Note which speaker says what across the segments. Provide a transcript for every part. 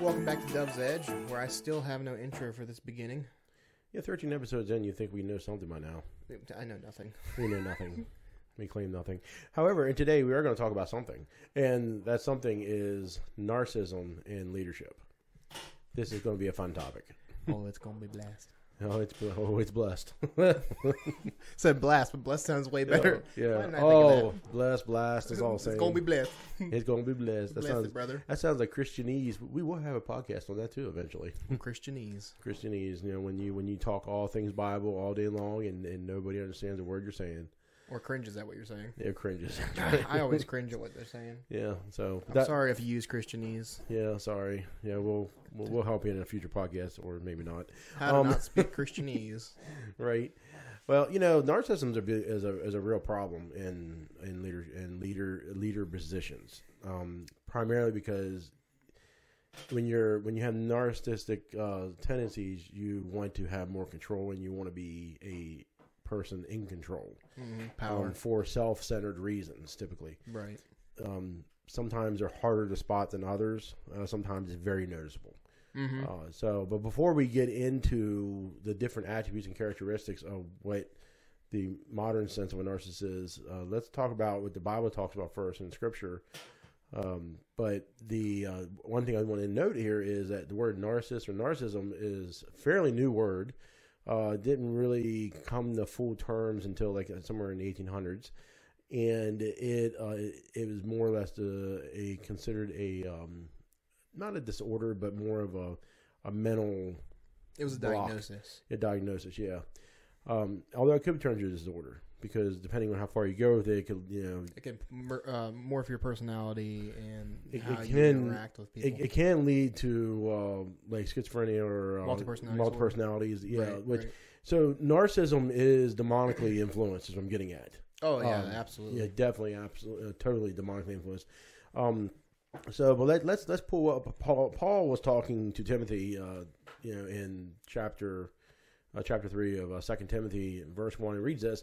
Speaker 1: Welcome back to Dove's Edge, where I still have no intro for this beginning.
Speaker 2: Yeah, 13 episodes in, you think we know something by now.
Speaker 1: I know nothing.
Speaker 2: We know nothing. we claim nothing. However, and today we are going to talk about something, and that something is narcissism and leadership. This is going to be a fun topic.
Speaker 1: Oh, it's gonna be blast.
Speaker 2: Oh, it's oh, it's blessed.
Speaker 1: Said blast, but blast sounds way better. Why
Speaker 2: yeah.
Speaker 1: didn't I think of
Speaker 2: Oh, blessed, blast. It's all the
Speaker 1: that?
Speaker 2: same.
Speaker 1: it's gonna be blast.
Speaker 2: It's gonna be blessed. That
Speaker 1: Blessed,
Speaker 2: sounds
Speaker 1: brother.
Speaker 2: that sounds like Christianese. We will have a podcast on that too eventually.
Speaker 1: Christianese.
Speaker 2: Christianese, you know, when you when you talk all things Bible all day long and, and nobody understands a word you're saying,
Speaker 1: Or cringe, is that what you're saying?
Speaker 2: it cringes.
Speaker 1: I always cringe at what they're saying.
Speaker 2: yeah. So
Speaker 1: I'm
Speaker 2: that-
Speaker 1: sorry if you use Christianese.
Speaker 2: Yeah, sorry. Yeah, we'll, we'll we'll help you in a future podcast, or maybe not.
Speaker 1: How to
Speaker 2: Um,
Speaker 1: not speak Christianese.
Speaker 2: Right. Well, you know, narcissism is a, big- is a is a real problem in in leader in leader leader positions, um, primarily because when you're when you have narcissistic uh, tendencies, you want to have more control and you want to be a person in control
Speaker 1: Mhm,
Speaker 2: um,
Speaker 1: power.
Speaker 2: for self-centered reasons, typically.
Speaker 1: right.
Speaker 2: um, sometimes are harder to spot than others. Uh, sometimes it's very noticeable.
Speaker 1: Mm-hmm.
Speaker 2: Uh, so, but before we get into the different attributes and characteristics of what the modern sense of a narcissist is, uh, let's talk about what the Bible talks about first in Scripture. Um, but the uh, one thing I want to note here is that the word narcissist or narcissism is a fairly new word. Uh, didn't really come to full terms until like somewhere in the 1800s and it uh, it was more or less a, a considered a um, not a disorder, but more of a a mental
Speaker 1: It was a
Speaker 2: Block.
Speaker 1: diagnosis.
Speaker 2: a diagnosis. Yeah, um, although it could turn into a disorder because depending on how far you go with it, it could you know
Speaker 1: It can mer- uh, morph your personality and
Speaker 2: It-
Speaker 1: how
Speaker 2: it
Speaker 1: you
Speaker 2: can-
Speaker 1: interact with people.
Speaker 2: it, it can lead to uh, like schizophrenia or uh,
Speaker 1: Multipersonality
Speaker 2: multiple personalities. Yeah,
Speaker 1: Right,
Speaker 2: which
Speaker 1: right.
Speaker 2: so narcissism is demonically influenced. Is what I'm getting at.
Speaker 1: Oh yeah,
Speaker 2: Um,
Speaker 1: absolutely.
Speaker 2: Yeah, definitely, absolutely, uh, totally demonically influenced. Um, so, but let, let's let's pull up. Paul Paul was talking to Timothy, uh, you know, in chapter uh, chapter three of uh, Second Timothy, verse one. It reads this.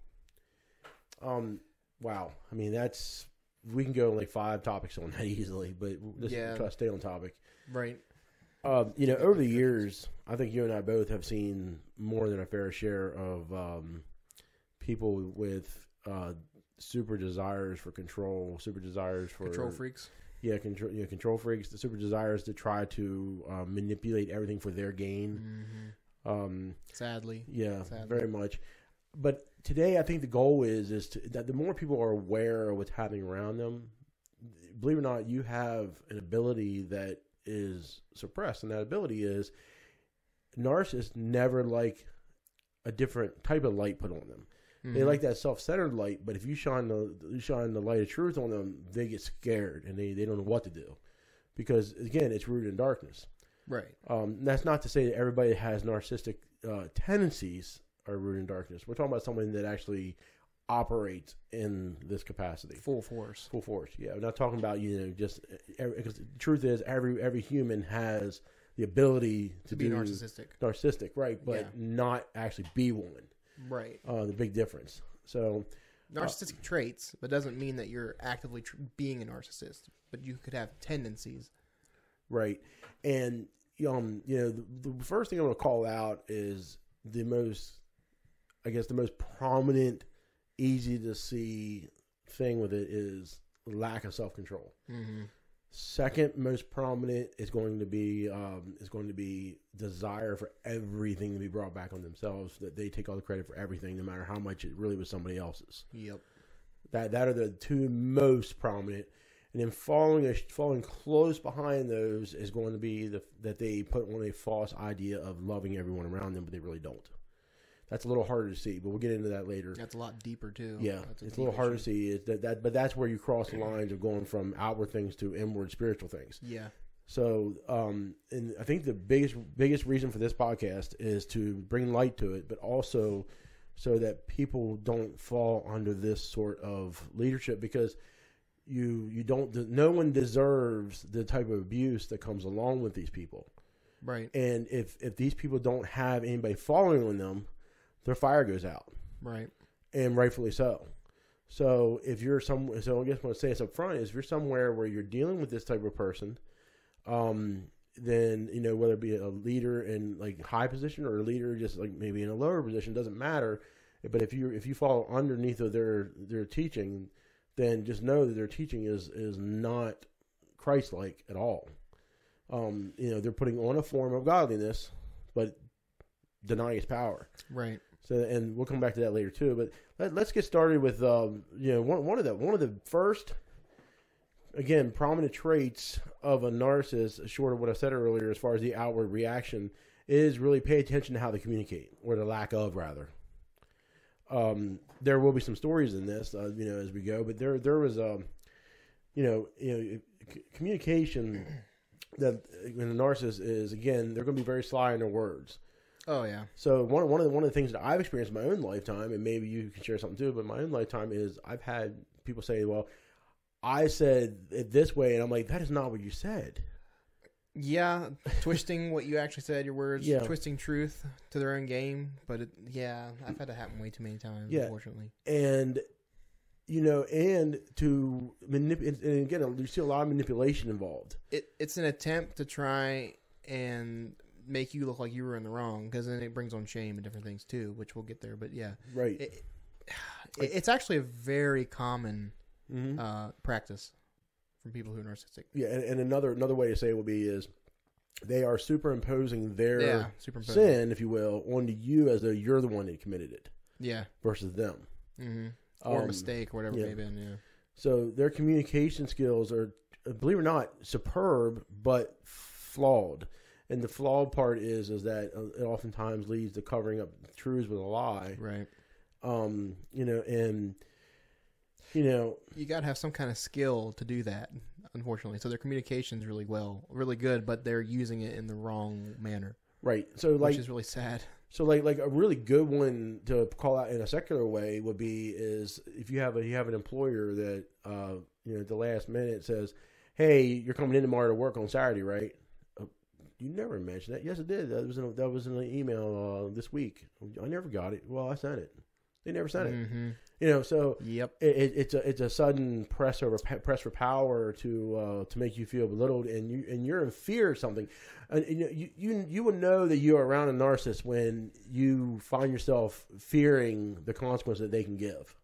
Speaker 2: Um, wow. I mean, that's we can go like five topics on that easily, but this
Speaker 1: Yeah.
Speaker 2: is try to stay on topic.
Speaker 1: Right.
Speaker 2: Um, you know, over the years, I think you and I both have seen more than a fair share of um, people with uh, super desires for control, super desires for
Speaker 1: Control freaks.
Speaker 2: yeah, control, yeah, control freaks, the super desires to try to uh, manipulate everything for their gain.
Speaker 1: hmm
Speaker 2: Um,
Speaker 1: Sadly.
Speaker 2: yeah,
Speaker 1: Sadly.
Speaker 2: very much. But today, I think the goal is is to, that the more people are aware of what's happening around them, believe it or not, you have an ability that is suppressed, and that ability is narcissists never like a different type of light put on them. They
Speaker 1: Mhm.
Speaker 2: like that self-centered light, but if you shine the you shine the light of truth on them, they get scared and they, they don't know what to do because again, it's rooted in darkness.
Speaker 1: Right.
Speaker 2: Um, and that's not to say that everybody that has narcissistic uh, tendencies are rooted in darkness. We're talking about someone that actually operates in this capacity,
Speaker 1: Full force.
Speaker 2: full force. Yeah, we're not talking about you know just because the truth is every every human has the ability to,
Speaker 1: To be
Speaker 2: do
Speaker 1: narcissistic.
Speaker 2: narcissistic, right? But
Speaker 1: Yeah.
Speaker 2: not actually be one.
Speaker 1: Right.
Speaker 2: Uh, the big difference. So
Speaker 1: Narcissistic traits, but doesn't mean that you're actively tr- being a narcissist. But you could have tendencies.
Speaker 2: Right. And um, you know, the, the first thing I'm going to call out is the most, I guess, the most prominent, easy to see thing with it is lack of self control.
Speaker 1: Mm-hmm.
Speaker 2: Second most prominent is going to be um, is going to be desire for everything to be brought back on themselves. That they take all the credit for everything, no matter how much it really was somebody else's.
Speaker 1: Yep.
Speaker 2: That that are the two most prominent, and then following falling close behind those is going to be the, that they put on a false idea of loving everyone around them, but they really don't. That's a little harder to see, but we'll get into that later.
Speaker 1: That's a lot deeper too.
Speaker 2: Yeah,
Speaker 1: That's
Speaker 2: it's a
Speaker 1: deep
Speaker 2: little harder to
Speaker 1: issue.
Speaker 2: see. Is that, that but that's where you cross the lines of going from outward things to inward spiritual things.
Speaker 1: Yeah.
Speaker 2: So, um, and I think the biggest biggest reason for this podcast is to bring light to it, but also so that people don't fall under this sort of leadership because you you don't no one deserves the type of abuse that comes along with these people.
Speaker 1: Right.
Speaker 2: And if if these people don't have anybody following on them, their fire goes out,
Speaker 1: Right.
Speaker 2: and rightfully so. So if you're some, so I guess what I'm saying is up front is if you're somewhere where you're dealing with this type of person, um, then you know whether it be a leader in like high position or a leader just like maybe in a lower position doesn't matter. But if you if you fall underneath of their their teaching, then just know that their teaching is is not Christ like at all. Um, you know they're putting on a form of godliness, but denying its power.
Speaker 1: Right.
Speaker 2: So, and we'll come back to that later too. But let, let's get started with um, you know one, one of the one of the first, again, prominent traits of a narcissist, short of what I said earlier, as far as the outward reaction, is really pay attention to how they communicate or the lack of rather. Um, there will be some stories in this, uh, you know, as we go. But there, there was um, you know, you know, c- communication that uh, when the narcissist is again, they're going to be very sly in their words.
Speaker 1: Oh yeah.
Speaker 2: So one one of the one of the things that I've experienced in my own lifetime, and maybe you can share something too, but my own lifetime is I've had people say, "Well, I said it this way," and I'm like, "That is not what you said."
Speaker 1: Yeah, twisting what you actually said, your words,
Speaker 2: Yeah.
Speaker 1: twisting truth to their own game. But it, yeah, I've had that happen way too many times,
Speaker 2: Yeah.
Speaker 1: unfortunately.
Speaker 2: And you know, and to manipulate, and again, you see a lot of manipulation involved.
Speaker 1: It, it's an attempt to try and make you look like you were in the wrong, because then it brings on shame and different things too, which we'll get there. But yeah,
Speaker 2: Right.
Speaker 1: it, it, it's actually a very common
Speaker 2: Mhm.
Speaker 1: uh, practice from people who are narcissistic.
Speaker 2: yeah, and, and another another way to say it would be is they are superimposing their
Speaker 1: Yeah, superimposing.
Speaker 2: sin, if you will, onto you as though you're the one that committed it
Speaker 1: Yeah,
Speaker 2: versus them.
Speaker 1: hmm or
Speaker 2: Um,
Speaker 1: mistake or whatever
Speaker 2: yeah.
Speaker 1: it may have been. Yeah.
Speaker 2: So their communication skills are, believe it or not, superb but flawed. And the flawed part is is that uh, it oftentimes leads to covering up truths with a lie.
Speaker 1: Right.
Speaker 2: Um, you know, and you know,
Speaker 1: You got to have some kind of skill to do that, unfortunately. So their communication's really well, really good, but they're using it in the wrong manner,
Speaker 2: right. So like
Speaker 1: which is really sad.
Speaker 2: So like like a really good one to call out in a secular way would be is if you have a you have an employer that uh you know at the last minute says, "Hey, you're coming in tomorrow to work on Saturday, right?" Uh, You never mentioned that. Yes, it did. That was in a, that was in an email uh, this week. I never got it. Well, I sent it. They never sent it.
Speaker 1: Mhm.
Speaker 2: You know, so
Speaker 1: Yep.
Speaker 2: it, it, it's a it's a sudden press over press for power to uh, to make you feel belittled and you and you're in fear of something, and, and you you you will know that you are around a narcissist when you find yourself fearing the consequence that they can give.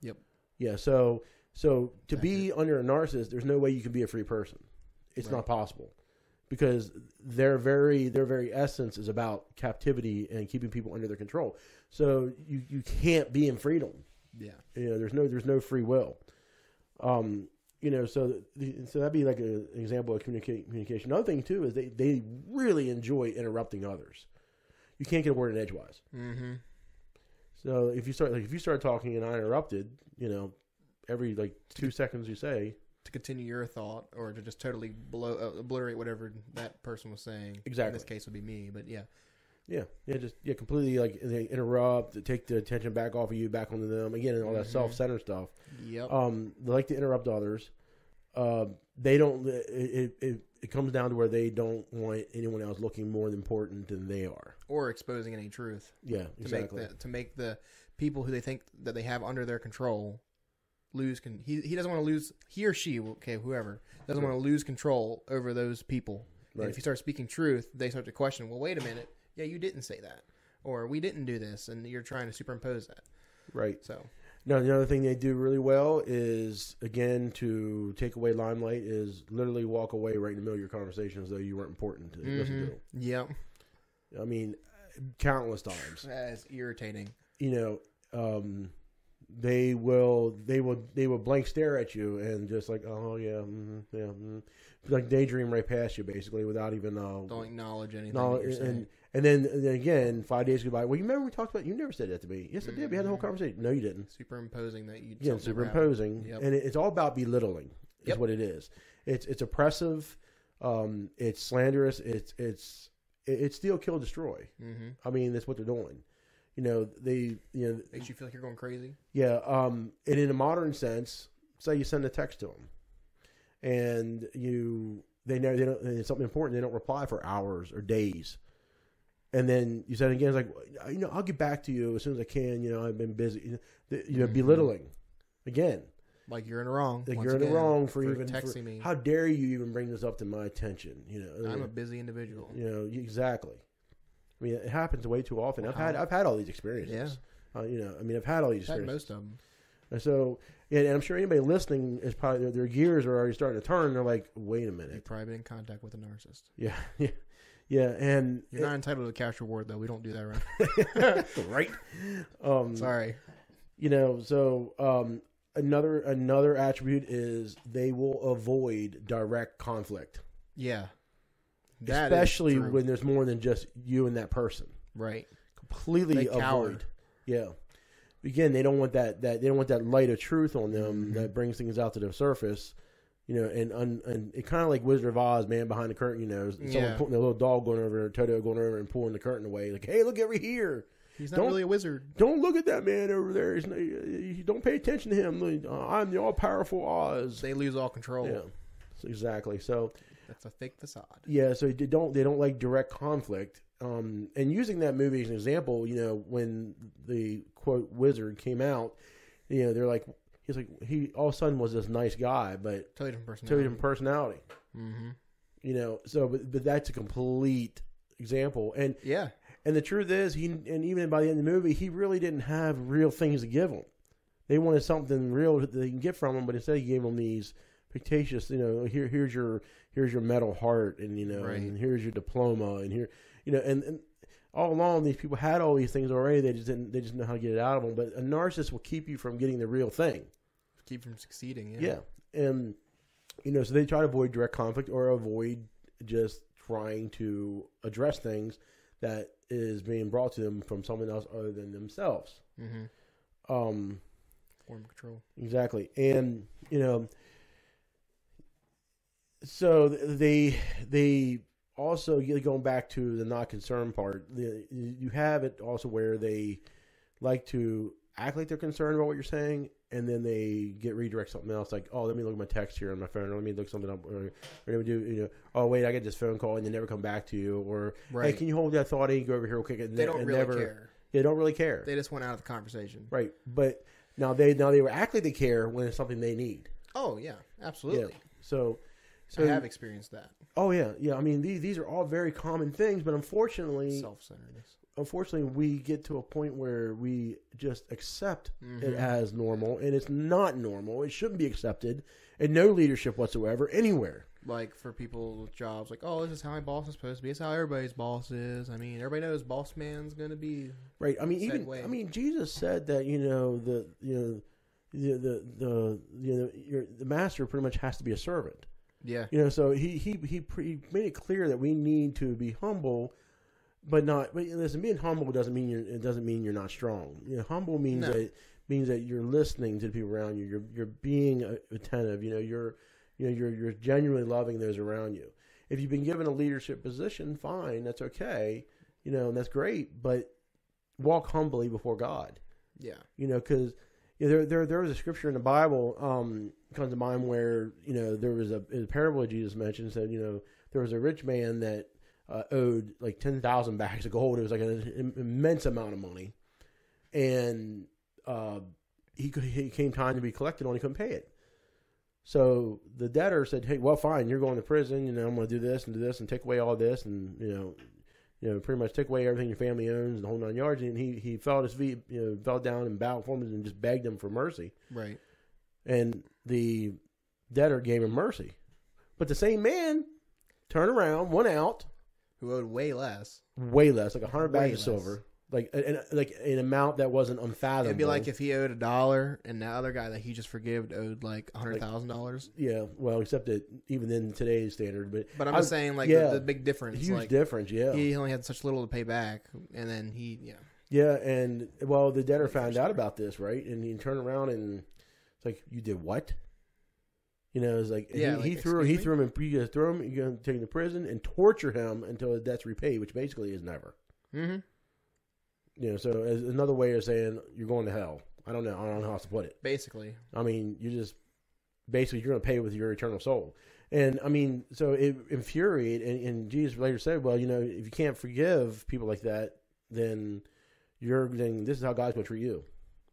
Speaker 1: Yep.
Speaker 2: Yeah. So so to be under a narcissist, there's no way you can be a free person. It's
Speaker 1: Right.
Speaker 2: not possible because their very their very essence is about captivity and keeping people under their control. So you you can't be in freedom
Speaker 1: Yeah.
Speaker 2: you know there's no there's no free will um you know so the, so that'd be like a, an example of communica- communication another thing too is they they really enjoy interrupting others you can't get a word in edgewise
Speaker 1: Mm-hmm.
Speaker 2: so if you start like if you start talking and i interrupted you know every like two seconds you say
Speaker 1: To continue your thought, or to just totally blow, uh, obliterate whatever that person was saying. In
Speaker 2: Exactly.
Speaker 1: this case, would be me, but yeah.
Speaker 2: yeah yeah just yeah completely like they interrupt take the attention back off of you back onto them again and all that
Speaker 1: Mhm.
Speaker 2: self-centered stuff
Speaker 1: Yep.
Speaker 2: um, they like to interrupt others. Uh, they don't. It, it, it, it comes down to where they don't want anyone else looking more important than they are.
Speaker 1: or exposing any truth
Speaker 2: Yeah,
Speaker 1: to
Speaker 2: exactly.
Speaker 1: make the, to make the people who they think that they have under their control lose. Con- he he doesn't want to lose. He or she, okay, whoever doesn't want to lose control over those people.
Speaker 2: Right.
Speaker 1: And if you start speaking truth, they start to question. Well, wait a minute. Yeah, you didn't say that, or we didn't do this, and you're trying to superimpose that.
Speaker 2: Right
Speaker 1: So
Speaker 2: now, another thing they do really well is again to take away limelight is literally walk away right in the middle of your conversation as though you weren't important to listen
Speaker 1: Mhm. yep,
Speaker 2: to. I mean, countless times.
Speaker 1: that's irritating.
Speaker 2: You know, um, they will they will they will blank stare at you and just like oh yeah mm yeah mm. like daydream right past you basically without even uh,
Speaker 1: Don't acknowledge anything.
Speaker 2: No,
Speaker 1: that you're saying.
Speaker 2: and and then, and then again, five days go by. Well, you remember we talked about? You never said that to me. Yes, I did. We had the whole conversation. No, you didn't.
Speaker 1: superimposing that you
Speaker 2: Yeah,
Speaker 1: Mm-hmm. something
Speaker 2: superimposing,
Speaker 1: happened. Yep.
Speaker 2: and it, it's all about belittling. Is
Speaker 1: Yep.
Speaker 2: what it is. It's it's oppressive. Um, it's slanderous. It's it's it- it's still kill destroy.
Speaker 1: Mm-hmm.
Speaker 2: I mean, that's what they're doing. You know, they you know
Speaker 1: Makes you feel like you're going crazy.
Speaker 2: yeah, um, and in a modern sense, say you send a text to them, and you they know they don't and it's something important. They don't reply for hours or days, and then you send it again. It's like you know I'll get back to you as soon as I can. You know I've been busy. You know, th- you know
Speaker 1: Mhm.
Speaker 2: belittling again.
Speaker 1: Like you're in the wrong.
Speaker 2: Like
Speaker 1: once
Speaker 2: you're in the
Speaker 1: again,
Speaker 2: wrong for, even for-
Speaker 1: texting me.
Speaker 2: How dare you even bring this up to my attention? You know
Speaker 1: I'm a busy individual.
Speaker 2: you know you- exactly. I mean it happens way too often. I've
Speaker 1: Wow.
Speaker 2: had I've had all these experiences.
Speaker 1: Uh-huh. Yeah,
Speaker 2: Uh, you know I mean I've had all these
Speaker 1: I've had
Speaker 2: experiences.
Speaker 1: most of them.
Speaker 2: And so, and I'm sure anybody listening is probably their, their gears are already starting to turn. They're like, wait a
Speaker 1: You've
Speaker 2: minute,
Speaker 1: probably been in contact with a narcissist.
Speaker 2: yeah, yeah, yeah, and
Speaker 1: You're not entitled to cash reward though. We don't do that right.
Speaker 2: right, um,
Speaker 1: Sorry.
Speaker 2: you know. So um, another another attribute is they will avoid direct conflict,
Speaker 1: Yeah. That is
Speaker 2: especially
Speaker 1: true.
Speaker 2: when there's more than just you and that person.
Speaker 1: right.
Speaker 2: Completely
Speaker 1: They
Speaker 2: avoid,
Speaker 1: cower.
Speaker 2: yeah. Again, they don't want that that they don't want that light of truth on them
Speaker 1: Mhm.
Speaker 2: that brings things out to the surface. you know, and un, and it kind of like Wizard of Oz, man, behind the curtain, you know, someone
Speaker 1: Yeah.
Speaker 2: putting a little dog going over, Toto going over and pulling the curtain away, like, hey, look over here,
Speaker 1: He's not
Speaker 2: Don't-
Speaker 1: really a wizard.
Speaker 2: don't look at that man over there, He's, no- you don't pay attention to him, Uh, I'm the all powerful Oz.
Speaker 1: They lose all control.
Speaker 2: Yeah, So exactly. So
Speaker 1: That's a fake facade.
Speaker 2: yeah, so they don't they don't like direct conflict. Um, and using that movie as an example, you know, when the quote wizard came out, you know, they're like, he's like, he all of a sudden was this nice guy, but
Speaker 1: Totally different personality.
Speaker 2: totally different personality.
Speaker 1: hmm
Speaker 2: you know so but, but that's a complete example and
Speaker 1: Yeah.
Speaker 2: and the truth is he and even by the end of the movie he really didn't have real things to give them they wanted something real that they can get from him but instead he gave them these fictitious you know here here's your here's your metal heart and you know
Speaker 1: Right.
Speaker 2: and here's your diploma and here you know and, and all along these people had all these things already they just didn't they just know how to get it out of them but a narcissist will keep you from getting the real thing
Speaker 1: Keep from succeeding. Yeah.
Speaker 2: yeah. And, you know, so they try to avoid direct conflict or avoid just trying to address things that is being brought to them from someone else other than themselves.
Speaker 1: Mm-hmm.
Speaker 2: Um,
Speaker 1: Form of control.
Speaker 2: exactly. And, you know, so they, they also you know, going back to the not concerned part, the, you have it also where they like to act like they're concerned about what you're saying, and then they get redirect something else, like, oh, let me look at my text here on my phone, or let me look something up, or, or let me do, you know, oh wait, I get this phone call and they never come back to you, or hey,
Speaker 1: Right.
Speaker 2: can you hold that thought and go over here real quick? And
Speaker 1: they
Speaker 2: ne-
Speaker 1: don't
Speaker 2: and
Speaker 1: really
Speaker 2: never-
Speaker 1: care.
Speaker 2: They don't really care,
Speaker 1: They just went out of the conversation.
Speaker 2: right? But now they now they were act like they care when it's something they need.
Speaker 1: Oh yeah, absolutely.
Speaker 2: Yeah. So, so
Speaker 1: I have experienced that
Speaker 2: oh yeah, yeah. I mean these these are all very common things, but unfortunately,
Speaker 1: self-centeredness.
Speaker 2: unfortunately we get to a point where we just accept
Speaker 1: Mhm.
Speaker 2: it as normal and it's not normal it shouldn't be accepted and no leadership whatsoever anywhere
Speaker 1: Like for people with jobs, like oh, this is how my boss is supposed to be. It's how everybody's boss is. I mean, everybody knows boss man's gonna be
Speaker 2: right i mean even
Speaker 1: Segue.
Speaker 2: i mean jesus said that you know the you know the the, the you know your, the master pretty much has to be a servant
Speaker 1: yeah,
Speaker 2: you know so he he he, pre, he made it clear that we need to be humble but not but listen being humble doesn't mean you're it doesn't mean you're not strong you know humble means
Speaker 1: No.
Speaker 2: that means that you're listening to the people around you you're you're being uh, attentive you know you're you know you're you're genuinely loving those around you if you've been given a leadership position fine that's okay you know and that's great but walk humbly before god
Speaker 1: yeah.
Speaker 2: you know, because you know, there there there was a scripture in the Bible um, comes to mind where you know there was a, a parable that Jesus mentioned said you know there was a rich man that uh, owed like ten thousand bags of gold. It was like an im- immense amount of money, and uh, he could, he came time to be collected on. He couldn't pay it. So the debtor said, "Hey, well, fine. You're going to prison. You know, I'm going to do this and do this and take away all this, and you know, you know, pretty much take away everything your family owns and the whole nine yards. And he, he fell at his feet, you know, fell down and bowed for him and just begged him for mercy.
Speaker 1: Right.
Speaker 2: And the debtor gave him mercy. But the same man turned around, went out,
Speaker 1: Who owed way less?
Speaker 2: way less, like a hundred
Speaker 1: Way
Speaker 2: bags of
Speaker 1: less.
Speaker 2: silver, like an, like an amount that wasn't unfathomable.
Speaker 1: It'd be like if he owed a dollar, and the other guy that he just forgived owed like a hundred
Speaker 2: Like-
Speaker 1: thousand dollars.
Speaker 2: yeah, well, except that even in today's standard, but
Speaker 1: But I'm
Speaker 2: I-
Speaker 1: just saying, like
Speaker 2: yeah.
Speaker 1: the, the big difference,
Speaker 2: huge
Speaker 1: like
Speaker 2: difference, yeah,
Speaker 1: he only had such little to pay back, and then he yeah.
Speaker 2: yeah. And well, the debtor found out about this, right? And he turned around and it's like, you did what? You know, it's like
Speaker 1: Yeah,
Speaker 2: he,
Speaker 1: like,
Speaker 2: he threw
Speaker 1: excuse
Speaker 2: he
Speaker 1: me?
Speaker 2: threw him in, you gonna throw him you're gonna take him to prison and torture him until his debt's repaid, which basically is never.
Speaker 1: Mm-hmm.
Speaker 2: You know, so as another way of saying you're going to hell. I don't know. I don't know how else to put it.
Speaker 1: Basically,
Speaker 2: I mean, you just basically you're going to pay with your eternal soul. And I mean, so it infuriated. And, and Jesus later said, "Well, you know, if you can't forgive people like that, then you're then this is how God's going to treat you."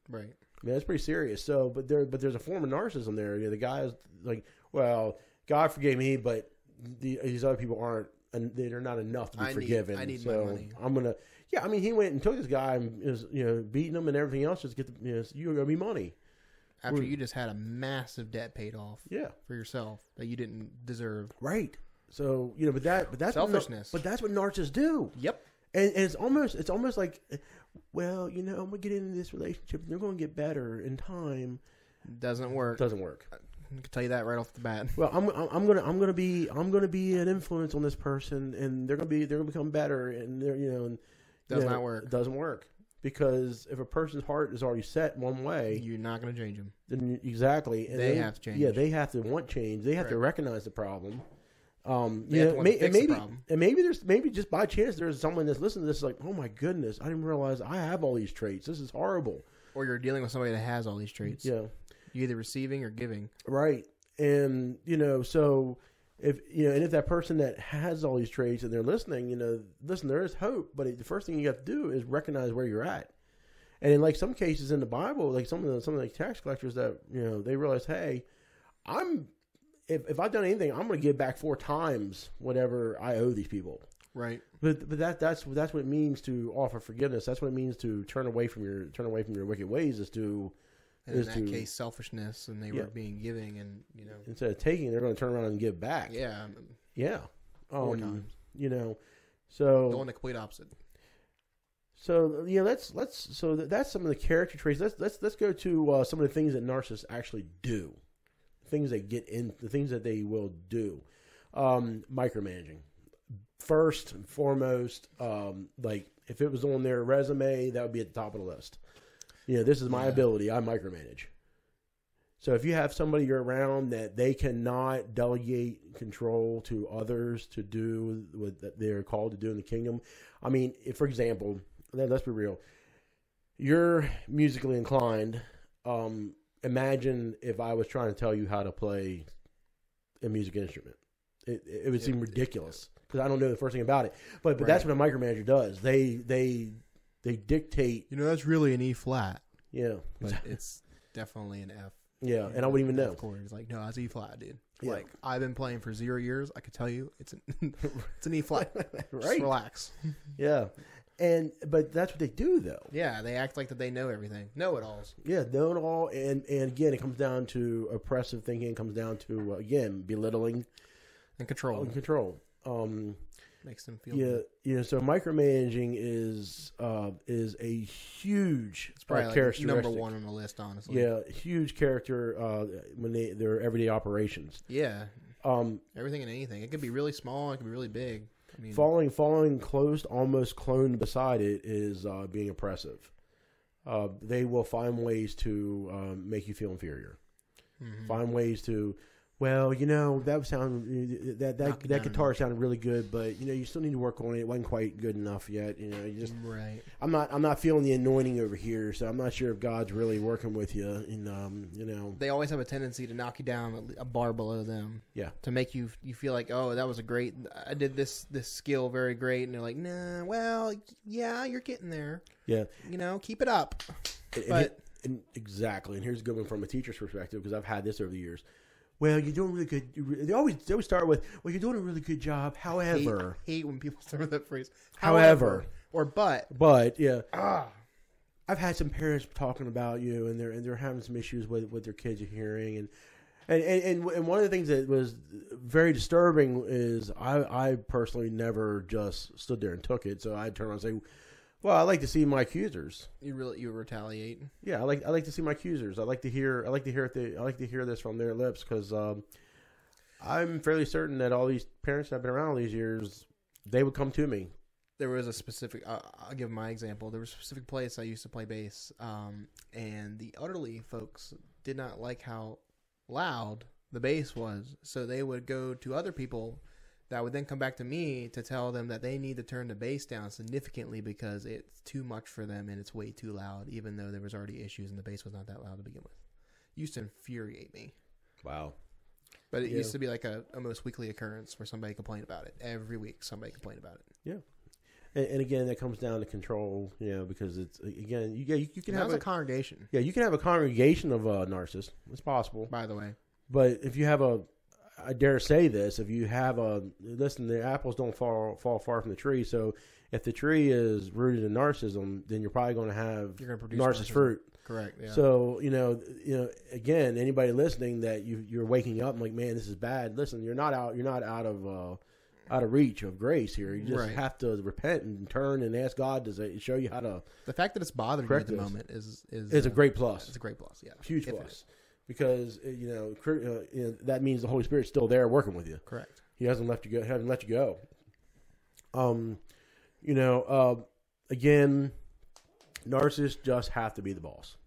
Speaker 1: right?
Speaker 2: I mean, that's pretty serious. So, but there, but there's a form of narcissism there. You know, the guy is like, "Well, God forgave me, but the, these other people aren't." And they're not enough to be
Speaker 1: I need-
Speaker 2: forgiven.
Speaker 1: I need my
Speaker 2: so
Speaker 1: money.
Speaker 2: I'm gonna, yeah. I mean, he went and took this guy and is, you know beating him and everything else just to get the you know you owe me money.
Speaker 1: After
Speaker 2: Well-
Speaker 1: you just had a massive debt paid off
Speaker 2: Yeah,
Speaker 1: for yourself that you didn't deserve.
Speaker 2: Right. So you know, but that, but that's
Speaker 1: Selfishness.
Speaker 2: What, but that's what narcissists do,
Speaker 1: Yep.
Speaker 2: and, and it's almost, it's almost like, well, you know, I'm gonna get into this relationship, and they're gonna get better in time.
Speaker 1: Doesn't work.
Speaker 2: Doesn't work.
Speaker 1: I can tell you that right off the bat.
Speaker 2: Well, I'm, I'm I'm gonna, I'm gonna be, I'm gonna be an influence on this person, and they're gonna be, they're gonna become better, and they're, you know, and you
Speaker 1: Does
Speaker 2: know,
Speaker 1: not work.
Speaker 2: it Doesn't work because if a person's heart is already set one way,
Speaker 1: You're not going to change them.
Speaker 2: then you- exactly, and
Speaker 1: They have to change.
Speaker 2: Yeah, they have to want change. They have to recognize the problem. Um,
Speaker 1: They
Speaker 2: you
Speaker 1: have
Speaker 2: know,
Speaker 1: to want
Speaker 2: may,
Speaker 1: to fix
Speaker 2: and
Speaker 1: the
Speaker 2: maybe
Speaker 1: problem.
Speaker 2: and maybe there's maybe just by chance there's someone that's listening to this like, oh my goodness, I didn't realize I have all these traits. This is horrible.
Speaker 1: Or you're dealing with somebody that has all these traits.
Speaker 2: Yeah,
Speaker 1: You're either receiving or giving.
Speaker 2: right. And you know, so if you know, and if that person that has all these traits and they're listening, you know, listen, there is hope. But the first thing you have to do is recognize where you're at. And in like some cases in the Bible, like some of the some of the tax collectors that you know they realize, hey, I'm if, if I've done anything, I'm going to give back four times whatever I owe these people.
Speaker 1: Right.
Speaker 2: But but that that's that's what it means to offer forgiveness. That's what it means to turn away from your turn away from your wicked ways. Is to
Speaker 1: And in
Speaker 2: Is
Speaker 1: that
Speaker 2: to-
Speaker 1: case, selfishness and they
Speaker 2: Yeah.
Speaker 1: were being giving and, you know,
Speaker 2: instead of taking, they're going to turn around and give back.
Speaker 1: yeah, um,
Speaker 2: yeah.
Speaker 1: Four
Speaker 2: Um,
Speaker 1: times.
Speaker 2: You know, so
Speaker 1: going the complete opposite.
Speaker 2: So yeah, let's let's so th- that's some of the character traits. Let's let's let's go to uh, some of the things that narcissists actually do, things they get in, the things that they will do. Um, micromanaging, first and foremost. Um, like if it was on their resume, that would be at the top of the list. You know, this is my
Speaker 1: Yeah.
Speaker 2: ability. I micromanage. So if you have somebody you're around that they cannot delegate control to others to do what that they're called to do in the kingdom, I mean, if, for example, let, let's be real. You're musically inclined. Um, imagine if I was trying to tell you how to play a music instrument. It, it would seem
Speaker 1: Yeah.
Speaker 2: ridiculous because I don't know the first thing about it. But but that's what a micromanager does. They they they dictate.
Speaker 1: You know, that's really an E flat,
Speaker 2: Yeah,
Speaker 1: but it's definitely an F.
Speaker 2: yeah, and I wouldn't even know.
Speaker 1: Of course, it's like no, it's E flat, dude.
Speaker 2: Yeah.
Speaker 1: Like I've been playing for zero years. I could tell you, it's an it's an E flat. Just
Speaker 2: Right?
Speaker 1: relax.
Speaker 2: Yeah, and but that's what they do though.
Speaker 1: Yeah, they act like that they know everything, know it alls.
Speaker 2: Yeah, know it all, and and again, it comes down to oppressive thinking. It comes down to uh, again belittling
Speaker 1: and control
Speaker 2: and control. Um,
Speaker 1: makes them feel.
Speaker 2: Oh, yeah, you know, so micromanaging is uh, is a huge
Speaker 1: it's
Speaker 2: uh,
Speaker 1: probably like
Speaker 2: characteristic.
Speaker 1: number one on the list, honestly.
Speaker 2: Yeah, huge character uh, when they their everyday operations.
Speaker 1: yeah,
Speaker 2: Um,
Speaker 1: everything and anything. It could be really small. It could be really big. I mean,
Speaker 2: Following, following close, almost cloned beside it is uh, being oppressive. Uh, they will find ways to um, make you feel inferior.
Speaker 1: mhm.
Speaker 2: Find ways to, well, you know that sound that that
Speaker 1: Knock it
Speaker 2: that
Speaker 1: down a
Speaker 2: guitar sounded really good, but you know you still need to work on it. It wasn't quite good enough yet. You know, you just
Speaker 1: right.
Speaker 2: I'm not I'm not feeling the anointing over here, so I'm not sure if God's really working with you. And um, you know,
Speaker 1: They always have a tendency to knock you down a- a bar below them.
Speaker 2: Yeah.
Speaker 1: to make you you feel like oh that was a great I did this this skill very great and they're like nah well yeah you're getting there
Speaker 2: yeah,
Speaker 1: you know keep it up
Speaker 2: And- and
Speaker 1: But-
Speaker 2: here- and exactly, and here's a good one from a teacher's perspective because I've had this over the years. Well, you're doing really good. you re- They always they always start with, "Well, you're doing a really good job."
Speaker 1: hate,
Speaker 2: However,
Speaker 1: hate when people start with that phrase
Speaker 2: However.
Speaker 1: or but
Speaker 2: but yeah,
Speaker 1: ah
Speaker 2: I've had some parents talking about you, and they're and they're having some issues with what their kids are hearing, and and and, and, and one of the things that was very disturbing is I I personally never just stood there and took it. So I would turn around and say, "Well, I like to see my accusers."
Speaker 1: you really you retaliate
Speaker 2: Yeah, I like I like to see my accusers. I like to hear I like to hear it they, I like to hear this from their lips because um, I'm fairly certain that all these parents that I've been around all these years, they would come to me.
Speaker 1: there was a specific uh, i'll give my example there was a specific place i used to play bass um, and the elderly folks did not like how loud the base was. So they would go to other people that would then come back to me to tell them that they need to turn the bass down significantly because it's too much for them and it's way too loud, even though there was already issues and the bass was not that loud to begin with. Used to infuriate me.
Speaker 2: Wow.
Speaker 1: But it
Speaker 2: Yeah.
Speaker 1: used to be like a almost weekly occurrence where somebody complained about it. Every week somebody complained about it.
Speaker 2: And, and again, that comes down to control, you know, because it's again, you yeah, you, you can
Speaker 1: And that
Speaker 2: have
Speaker 1: was
Speaker 2: a,
Speaker 1: a congregation,
Speaker 2: yeah, you can have a congregation of uh, narcissists. It's possible,
Speaker 1: by the way.
Speaker 2: but if you have a, I dare say this, if you have a listen, the apples don't fall fall far from the tree. So if the tree is rooted in narcissism, then you're probably going to have
Speaker 1: You're going to produce
Speaker 2: narcissist
Speaker 1: narcissism.
Speaker 2: fruit.
Speaker 1: Correct. Yeah.
Speaker 2: So you know, you know, again, anybody listening that you you're waking up and like, man, this is bad. Listen, you're not out. You're not out of uh, out of reach of grace here. You just
Speaker 1: Right.
Speaker 2: have to repent and turn and ask God to say- show you how to.
Speaker 1: the fact that it's bothering you at the
Speaker 2: Correct.
Speaker 1: moment is is
Speaker 2: It's a
Speaker 1: uh,
Speaker 2: great plus.
Speaker 1: It's a great plus. Yeah.
Speaker 2: huge
Speaker 1: If it-
Speaker 2: plus because uh, you know, cr- uh, you know that means the Holy Spirit's still there working with you.
Speaker 1: Correct.
Speaker 2: He hasn't left you go. Haven't let you go. Um, you know, uh, again, narcissists just have to be the boss.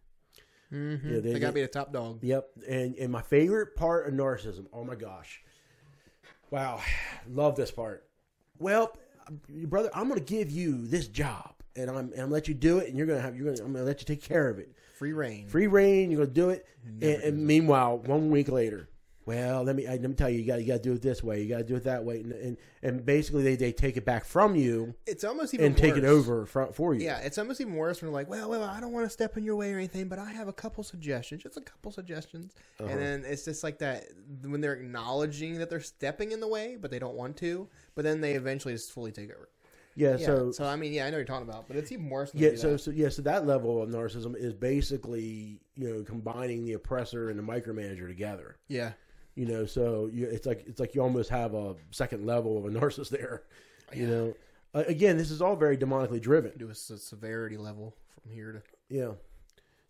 Speaker 1: Mm-hmm.
Speaker 2: Yeah,
Speaker 1: they
Speaker 2: they-
Speaker 1: got to
Speaker 2: they-
Speaker 1: be the top dog.
Speaker 2: Yep. And and my favorite part of narcissism. Oh my gosh. Wow. Love this part. Well, brother, I'm gonna give you this job and I'm and I'm let you do it and you're gonna have you're gonna I'm gonna let you take care of it.
Speaker 1: Free reign.
Speaker 2: Free reign, you're gonna do it. And, and meanwhile, one week later, well, let me I, let me tell you, you got you got to do it this way, you got to do it that way, and and, and basically they, they take it back from you
Speaker 1: It's almost even
Speaker 2: and take it
Speaker 1: worse.
Speaker 2: over for, for you.
Speaker 1: Yeah, it's almost even worse when they're like, well, well, I don't want to step in your way or anything, but I have a couple suggestions, just a couple suggestions.
Speaker 2: Uh-huh.
Speaker 1: And then it's just like that when they're acknowledging that they're stepping in the way, but they don't want to, but then they eventually just fully take over.
Speaker 2: yeah.
Speaker 1: Yeah,
Speaker 2: So
Speaker 1: so, I mean, yeah, I know what you're talking about, but it's even worse. Than
Speaker 2: Yeah, so, so yeah, so that level of narcissism is basically you know combining the oppressor and the micromanager together.
Speaker 1: yeah,
Speaker 2: You know, so you, it's like it's like you almost have a second level of a narcissist there. You know, uh, again, this is all very demonically driven.
Speaker 1: do a se- severity level from here to
Speaker 2: Yeah,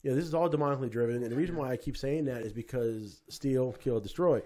Speaker 2: yeah, this is all demonically driven, and the reason why I keep saying that is because steal, kill, destroy.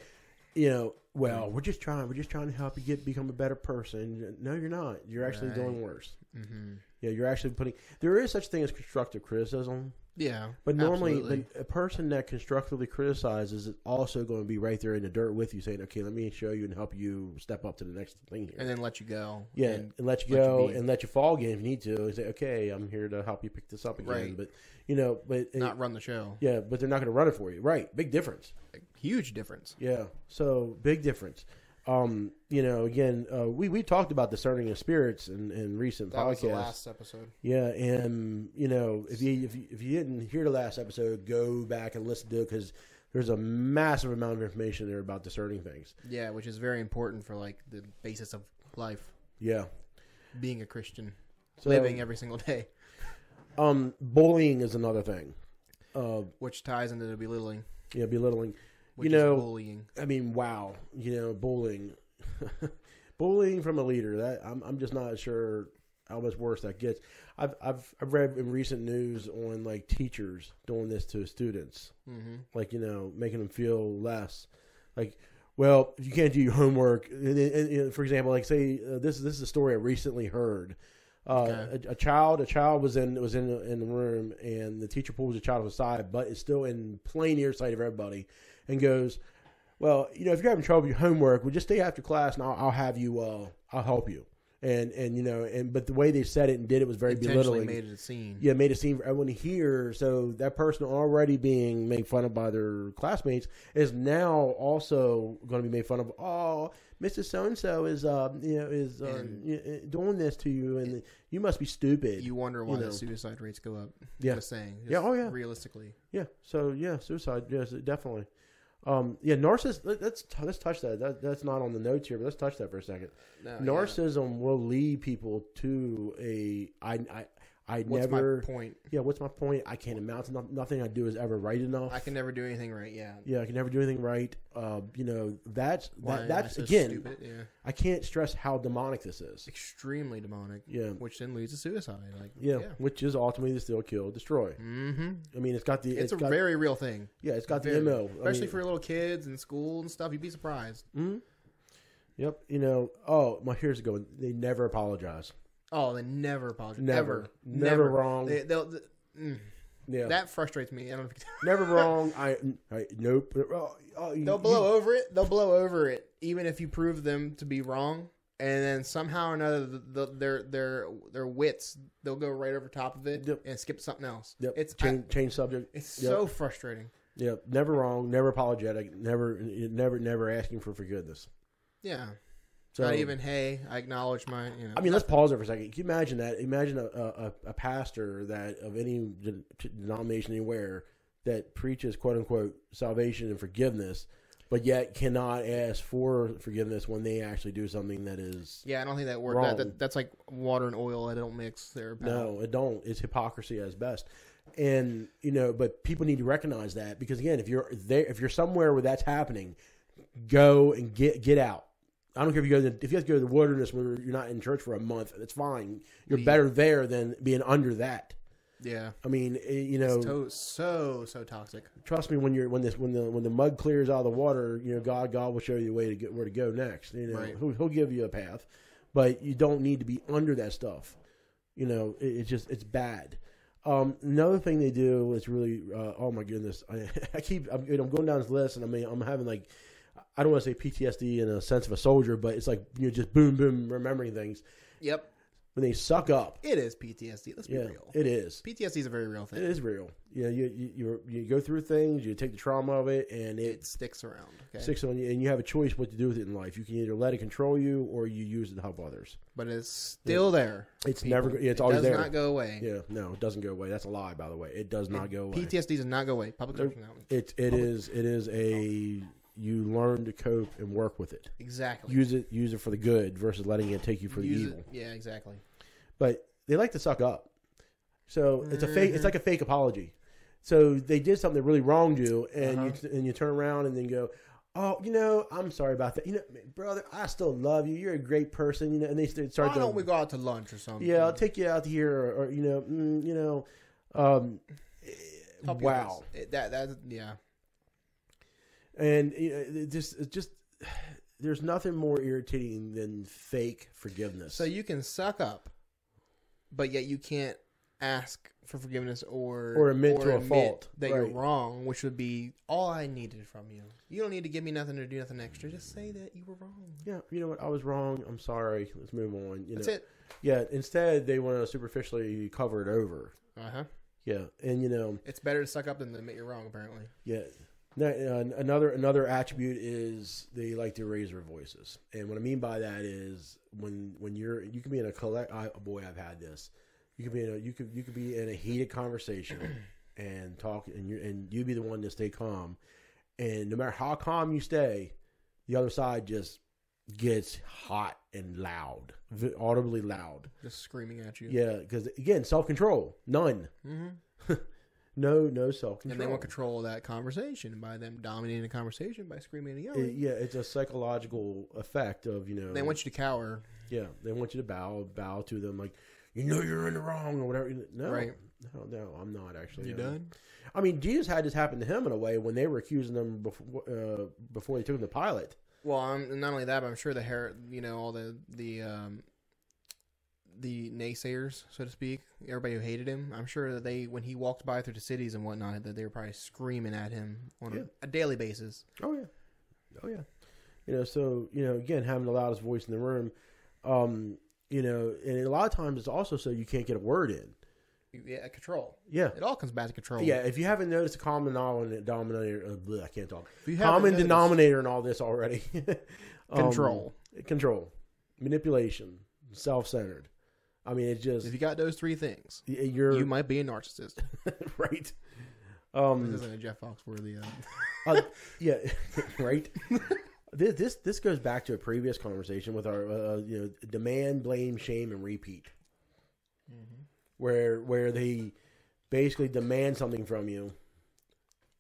Speaker 2: You know, well, we're just trying, we're just trying to help you get become a better person. No, you're not. You're actually doing worse.
Speaker 1: mm-hmm.
Speaker 2: Yeah, you're actually putting. There is such thing as constructive criticism.
Speaker 1: yeah,
Speaker 2: But normally,
Speaker 1: absolutely.
Speaker 2: the, a person that constructively criticizes is also going to be right there in the dirt with you, saying, "Okay, let me show you and help you step up to the next thing here."
Speaker 1: and then let you go.
Speaker 2: yeah,
Speaker 1: and
Speaker 2: and, let you
Speaker 1: let you
Speaker 2: go
Speaker 1: be.
Speaker 2: and let you fall again if you need to, and say, "Okay, I'm here to help you pick this up again."
Speaker 1: Right.
Speaker 2: But you know, but
Speaker 1: not run the show.
Speaker 2: yeah, but they're not going to run it for you, right? Big difference.
Speaker 1: Huge difference.
Speaker 2: Yeah, so big difference. Um, you know, again, uh, we we talked about discerning of spirits in, in recent
Speaker 1: That was the
Speaker 2: podcasts.
Speaker 1: last episode.
Speaker 2: Yeah, and you know, if you if you, if you didn't hear the last episode, go back and listen to it because there's a massive amount of information there about discerning things.
Speaker 1: Yeah, which is very important for like the basis of life,
Speaker 2: Yeah,
Speaker 1: being a Christian,
Speaker 2: So-
Speaker 1: living every single day,
Speaker 2: um, bullying is another thing. Uh,
Speaker 1: which ties into the belittling,
Speaker 2: yeah, belittling.
Speaker 1: which
Speaker 2: you know,
Speaker 1: is bullying.
Speaker 2: I mean, wow, you know, bullying, bullying from a leader. That I'm, I'm just not sure how much worse that gets. I've, I've, I've read in recent news on like teachers doing this to students,
Speaker 1: hmm
Speaker 2: like you know, making them feel less. Like, well, you can't do your homework. And, and, and, for example, like say uh, this, this is a story I recently heard. Uh, a, a child, a child was in was in in the room, and the teacher pulls the child aside, but is still in plain ear sight of everybody, and goes, well, you know, if you're having trouble with your homework, well, just stay after class, and I'll, I'll have you. Uh, I'll help you. And and you know, and but the way they said it and did it was very
Speaker 1: Intentionally
Speaker 2: belittling.
Speaker 1: made it a scene.
Speaker 2: yeah, made it seem for everyone to hear. So that person already being made fun of by their classmates is now also going to be made fun of. Oh, Mrs. So and So is uh, you know, is uh,
Speaker 1: And-
Speaker 2: y- y- doing this to you, and you must be stupid.
Speaker 1: You wonder why
Speaker 2: you know.
Speaker 1: the suicide rates go up.
Speaker 2: Yeah.
Speaker 1: Just saying. Just
Speaker 2: Yeah, oh, yeah.
Speaker 1: Realistically,
Speaker 2: Yeah. So yeah, suicide. Yes, definitely. Um, yeah, narcissist. Let, let's let's touch that. that. That's not on the notes here, but let's touch that for a second.
Speaker 1: no, Oh, yeah.
Speaker 2: Narcissism will lead people to a I I I
Speaker 1: What's
Speaker 2: never.
Speaker 1: my point?
Speaker 2: Yeah. What's my point? I can't amount to nothing. Nothing I do is ever right enough.
Speaker 1: I can never do anything right. Yeah.
Speaker 2: yeah, I can never do anything right. Uh, you know that's
Speaker 1: Why
Speaker 2: that,
Speaker 1: am
Speaker 2: that's
Speaker 1: I so
Speaker 2: again.
Speaker 1: Stupid? Yeah.
Speaker 2: I can't stress how demonic this is.
Speaker 1: Extremely demonic.
Speaker 2: Yeah.
Speaker 1: Which then leads to suicide. Like.
Speaker 2: Yeah, which is ultimately the steal, kill, destroy.
Speaker 1: Mm-hmm.
Speaker 2: I mean, it's got the
Speaker 1: It's, a
Speaker 2: got,
Speaker 1: very real thing,
Speaker 2: yeah, it's got
Speaker 1: very-
Speaker 2: the mo. I
Speaker 1: especially
Speaker 2: mean-
Speaker 1: for little kids in school and stuff. You'd be surprised.
Speaker 2: Mhm. Yep. You know, oh, my here's going. They never apologize.
Speaker 1: Oh, they never apologize.
Speaker 2: Never.
Speaker 1: Ever.
Speaker 2: Never wrong.
Speaker 1: They, they'll. th- mm.
Speaker 2: Yeah.
Speaker 1: That frustrates me. I don't know if you can-
Speaker 2: Never wrong. I, I nope. Oh, oh, you-
Speaker 1: They'll
Speaker 2: you-
Speaker 1: blow over it. They'll blow over it, even if you prove them to be wrong. And then somehow or another, the, the, their their their wits, they'll go right over top of it
Speaker 2: Yep.
Speaker 1: and skip something else.
Speaker 2: Yep.
Speaker 1: It's I-
Speaker 2: change, change subject.
Speaker 1: it's
Speaker 2: Yep.
Speaker 1: so frustrating.
Speaker 2: Yep. Never wrong. Never apologetic. Never, never, never asking for forgiveness.
Speaker 1: Yeah.
Speaker 2: So
Speaker 1: Not even hey, I acknowledge my. You know.
Speaker 2: I mean, let's pause there for a second. Can you imagine that? Imagine a, a, a pastor that of any de- denomination anywhere that preaches quote unquote salvation and forgiveness, but yet cannot ask for forgiveness when they actually do something that is
Speaker 1: yeah, I don't think that works. That,
Speaker 2: Wrong.
Speaker 1: that, that's like water and oil. I don't mix. They're bad.
Speaker 2: No, it don't. It's hypocrisy as best. And you know, but people need to recognize that because again, if you're there, if you're somewhere where that's happening, go and get get out. I don't care if you go to the, if you have to go to the wilderness where you're not in church for a month. That's fine. You're
Speaker 1: Yeah.
Speaker 2: better there than being under that.
Speaker 1: Yeah.
Speaker 2: I mean, eh, you know,
Speaker 1: It's to- so so toxic.
Speaker 2: trust me when you're when this when the when the mud clears out of the water, you know God God will show you the way to get where to go next. You know
Speaker 1: Right.
Speaker 2: he'll, he'll give you a path, but you don't need to be under that stuff. You know it, it's just it's bad. Um, another thing they do is really uh, oh my goodness I, I keep I'm, you know, I'm going down this list and I mean I'm having like I don't want to say PTSD in a sense of a soldier, but it's like you know just boom boom remembering things
Speaker 1: Yep.
Speaker 2: when they suck up.
Speaker 1: It is PTSD. Let's be
Speaker 2: Yeah,
Speaker 1: real.
Speaker 2: it is.
Speaker 1: PTSD is a very real
Speaker 2: It
Speaker 1: thing.
Speaker 2: is real. You know, you you you're- you go through things, you take the trauma of it, and it
Speaker 1: It sticks around. Okay.
Speaker 2: six on you, and you have a choice what to do with it in life. You can either let it control you, or you use it to help others.
Speaker 1: But it's still there.
Speaker 2: It's
Speaker 1: people.
Speaker 2: never, it's
Speaker 1: it
Speaker 2: always
Speaker 1: does
Speaker 2: there.
Speaker 1: not go away.
Speaker 2: yeah, no, it doesn't go away. That's a lie, by the way. It does not go away.
Speaker 1: PTSD does not go away. Public correction, that one.
Speaker 2: It it is it is a you learn to cope and work with it.
Speaker 1: Exactly.
Speaker 2: Use it use it for the good versus letting it take you for the
Speaker 1: Use
Speaker 2: evil.
Speaker 1: it- Yeah, exactly.
Speaker 2: But they like to suck up, so it's a fake. It's like a fake apology. So they did something that really wronged you, and
Speaker 1: Uh-huh.
Speaker 2: you and you turn around and then go, "Oh, you know, I'm sorry about that. You know, brother, I still love you. You're a great person. You know." And they st- start
Speaker 1: Why don't
Speaker 2: to,
Speaker 1: we go out to lunch or something?
Speaker 2: "Yeah, I'll take you out here, or, or, you know, mm, you know." Um,
Speaker 1: Help you
Speaker 2: wow,
Speaker 1: with this. It- that that yeah.
Speaker 2: and you know, it just it just there's nothing more irritating than fake forgiveness.
Speaker 1: So you can suck up, but yet you can't ask for forgiveness or
Speaker 2: Or admit to a fault.
Speaker 1: that you're
Speaker 2: Right.
Speaker 1: wrong, which would be all I needed from you. You don't need to give me nothing or do nothing extra. Just say that you were wrong.
Speaker 2: yeah, you know what? I was wrong. I'm sorry. Let's move on. You know,
Speaker 1: That's it.
Speaker 2: Yeah, instead they want to superficially cover it over.
Speaker 1: Uh huh.
Speaker 2: Yeah, and you know,
Speaker 1: It's better to suck up than to admit you're wrong. Apparently.
Speaker 2: yeah. No, uh, Another another attribute is they like to raise their voices, and what I mean by that is when when you're you can be in a collect. I, oh boy, I've had this. You could be in a you could you could be in a heated conversation and talk, and you and you be the one to stay calm, and no matter how calm you stay, the other side just gets hot and loud, vi- audibly loud.
Speaker 1: Just screaming at you.
Speaker 2: Yeah, because again, self control, none.
Speaker 1: hmm
Speaker 2: No, no self control.
Speaker 1: And they want control of that conversation by them dominating the conversation by screaming and yelling.
Speaker 2: It- yeah, it's a psychological effect of you Eh, know.
Speaker 1: they want you to cower.
Speaker 2: Yeah, they want you to bow, bow to them like, you know, you're in the wrong or whatever. No,
Speaker 1: Right.
Speaker 2: no, no, I'm not actually.
Speaker 1: You
Speaker 2: No.
Speaker 1: done?
Speaker 2: I mean, Jesus had this happen to him in a way when they were accusing them before uh, before they took him to Pilate.
Speaker 1: Well, I'm not only that, but I'm sure the hair, you know, all the the um, the naysayers, so to speak, everybody who hated him. I'm sure that they, when he walked by through the cities and whatnot, that they were probably screaming at him on
Speaker 2: Yeah.
Speaker 1: a, a daily basis.
Speaker 2: Oh yeah, oh yeah. You know, so you know, again, having the loudest voice in the room, um, you know, and a lot of times it's also so you can't get a word in.
Speaker 1: Yeah, control.
Speaker 2: Yeah,
Speaker 1: It all comes back to control.
Speaker 2: Yeah, if you haven't noticed a common denom- denominator, uh, bleh, I can't talk.
Speaker 1: If you haven't
Speaker 2: Common
Speaker 1: noticed,
Speaker 2: denominator in all this already. Um,
Speaker 1: Control.
Speaker 2: control, manipulation, self-centered. I mean, it just
Speaker 1: If you got those three things,
Speaker 2: y- eh, you're
Speaker 1: you might be a narcissist.
Speaker 2: right.
Speaker 1: this
Speaker 2: Um,
Speaker 1: isn't a Jeff Foxworthy. Uh,
Speaker 2: uh, yeah, right. This, this this goes back to a previous conversation with our uh, you know demand, blame, shame, and repeat,
Speaker 1: Mm-hmm.
Speaker 2: where where they basically demand something from you.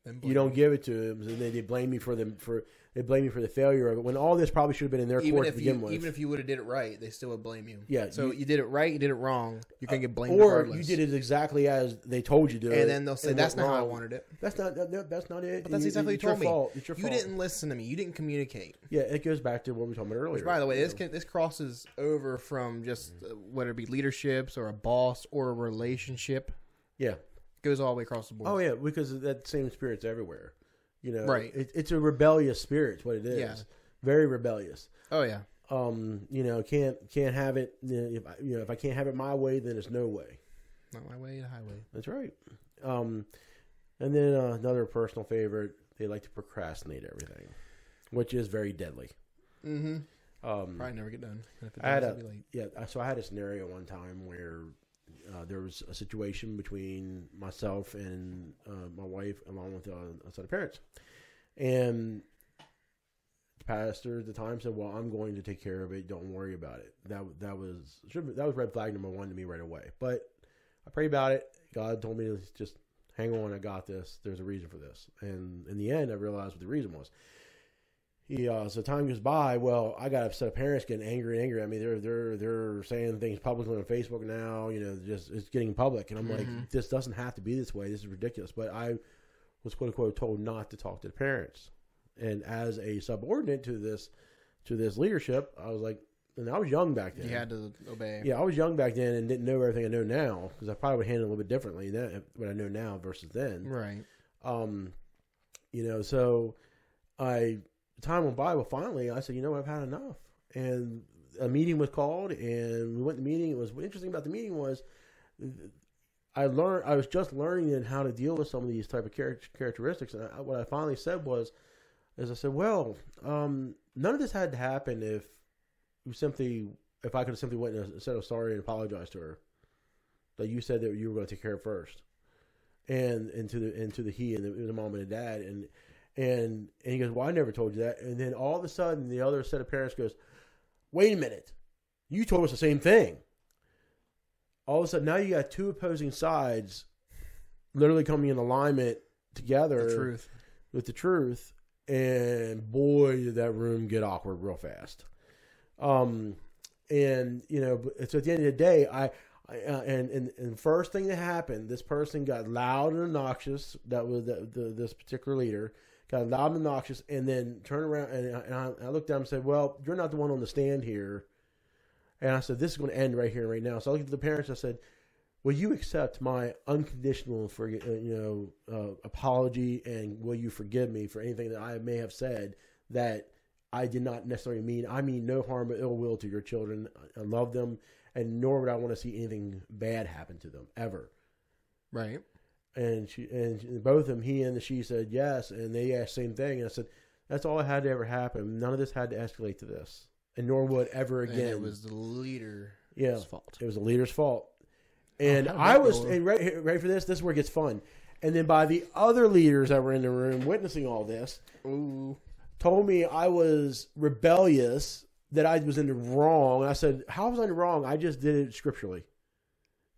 Speaker 1: them
Speaker 2: you don't give it to them, and they, they blame me for them for they blame me for the failure of it. When all this probably should have been in their
Speaker 1: even
Speaker 2: court to
Speaker 1: if
Speaker 2: begin
Speaker 1: you
Speaker 2: with,
Speaker 1: even if you would have did it right, they still would blame you.
Speaker 2: Yeah,
Speaker 1: So
Speaker 2: you- Uh,
Speaker 1: you, did it right, you did it wrong. You're gonna get blamed.
Speaker 2: or
Speaker 1: regardless.
Speaker 2: you did it exactly as they told you to,
Speaker 1: and then they'll say
Speaker 2: and
Speaker 1: that's
Speaker 2: went
Speaker 1: not how I
Speaker 2: wrong."
Speaker 1: wanted it.
Speaker 2: That's not that, that- that's not it.
Speaker 1: But that's
Speaker 2: You-
Speaker 1: exactly
Speaker 2: it's
Speaker 1: what you told
Speaker 2: your
Speaker 1: me.
Speaker 2: fault. It's your
Speaker 1: you
Speaker 2: fault.
Speaker 1: didn't listen to me. You didn't communicate.
Speaker 2: Yeah, it goes back to what we were talking about earlier.
Speaker 1: Which, by the way,
Speaker 2: you
Speaker 1: this
Speaker 2: know.
Speaker 1: can, this crosses over
Speaker 2: Mm-hmm.
Speaker 1: from just uh, whether it be leaderships or a boss or a relationship.
Speaker 2: yeah,
Speaker 1: goes all the way across the board.
Speaker 2: Oh yeah, because that same spirit's everywhere. You know,
Speaker 1: Right.
Speaker 2: It, it's a rebellious spirit. is What it is,
Speaker 1: Yeah.
Speaker 2: very rebellious.
Speaker 1: Oh yeah.
Speaker 2: Um, you know, can't can't have it. You know, if I, you know, if I can't have it my way, then it's no way.
Speaker 1: Not my way, the highway.
Speaker 2: That's right. Um, and then uh, another personal favorite, they like to procrastinate everything, which is very deadly.
Speaker 1: Mm-hmm.
Speaker 2: Um,
Speaker 1: Probably never get done. And if it
Speaker 2: I had
Speaker 1: does,
Speaker 2: a-
Speaker 1: it'll be late.
Speaker 2: yeah, I- so I had a scenario one time where uh, there was a situation between myself and uh, my wife, along with uh, a set of parents, and the pastor at the time said, "Well, I'm going to take care of it. Don't worry about it." That that was should, that was red flag number one to me right away. But I prayed about it. God told me to just hang on. I got this. There's a reason for this, and in the end, I realized what the reason was. He, uh, so time goes by. Well, I got upset. Parents getting angry and angry. I mean, they're they're they're saying things publicly on Facebook now. You know, just it's getting public, and I'm
Speaker 1: Mhm.
Speaker 2: like, this doesn't have to be this way. This is ridiculous. But I was quote unquote told not to talk to the parents, and as a subordinate to this to this leadership, I was like, and I was young back then.
Speaker 1: You had to obey.
Speaker 2: Yeah, I was young back then and didn't know everything I know now because I probably would handle it a little bit differently than what I know now versus then.
Speaker 1: Right.
Speaker 2: Um, you know, so I time went by. Well, finally, I said, you know, what, I've had enough, and a meeting was called, and we went to the meeting. It was what interesting about the meeting was. I learned. I was just learning then how to deal with some of these type of char- characteristics, and I, what I finally said was, is I said, "Well, um, none of this had to happen if you simply, if I could have simply went and said I'm sorry and apologized to her, that you said that you were going to take care of first, and and to the and to the he and the, the mom and the dad, and and and he goes, "Well, I never told you that," and then all of a sudden, the other set of parents goes, "Wait a minute, you told us the same thing." All of a sudden, now you got two opposing sides, literally coming in alignment together
Speaker 1: The truth.
Speaker 2: with the truth, and boy, did that room get awkward real fast. Um, and you know, but- so at the end of the day, I, I uh, and, and and first thing that happened, this person got loud and obnoxious. That was the, the, this particular leader got loud and obnoxious, and then turned around and, I- and I, I looked down and said, "Well, you're not the one on the stand here." And I said, "This is going to end right here, and right now." So I looked at the parents. I said, will you accept my unconditional for you know uh, apology and will you forgive me for anything that I may have said that I did not necessarily mean I mean no harm or ill will to your children I I love them and nor would I want to see anything bad happen to them ever
Speaker 1: Right.
Speaker 2: and she and she- both of them he and the she said yes and they asked same thing and I said that's all that had to ever happen none of this had to escalate to this and nor would ever
Speaker 1: And
Speaker 2: again
Speaker 1: it was the leader's
Speaker 2: yeah
Speaker 1: fault.
Speaker 2: it was the leader's fault. And
Speaker 1: how did
Speaker 2: I
Speaker 1: that
Speaker 2: was
Speaker 1: go?
Speaker 2: and right, here- right for this. This is where it gets fun. And then by the other leaders that were in the room witnessing all this,
Speaker 1: Ooh.
Speaker 2: told me I was rebellious, that I was in the wrong. I said, "How was I in the wrong? I just did it scripturally."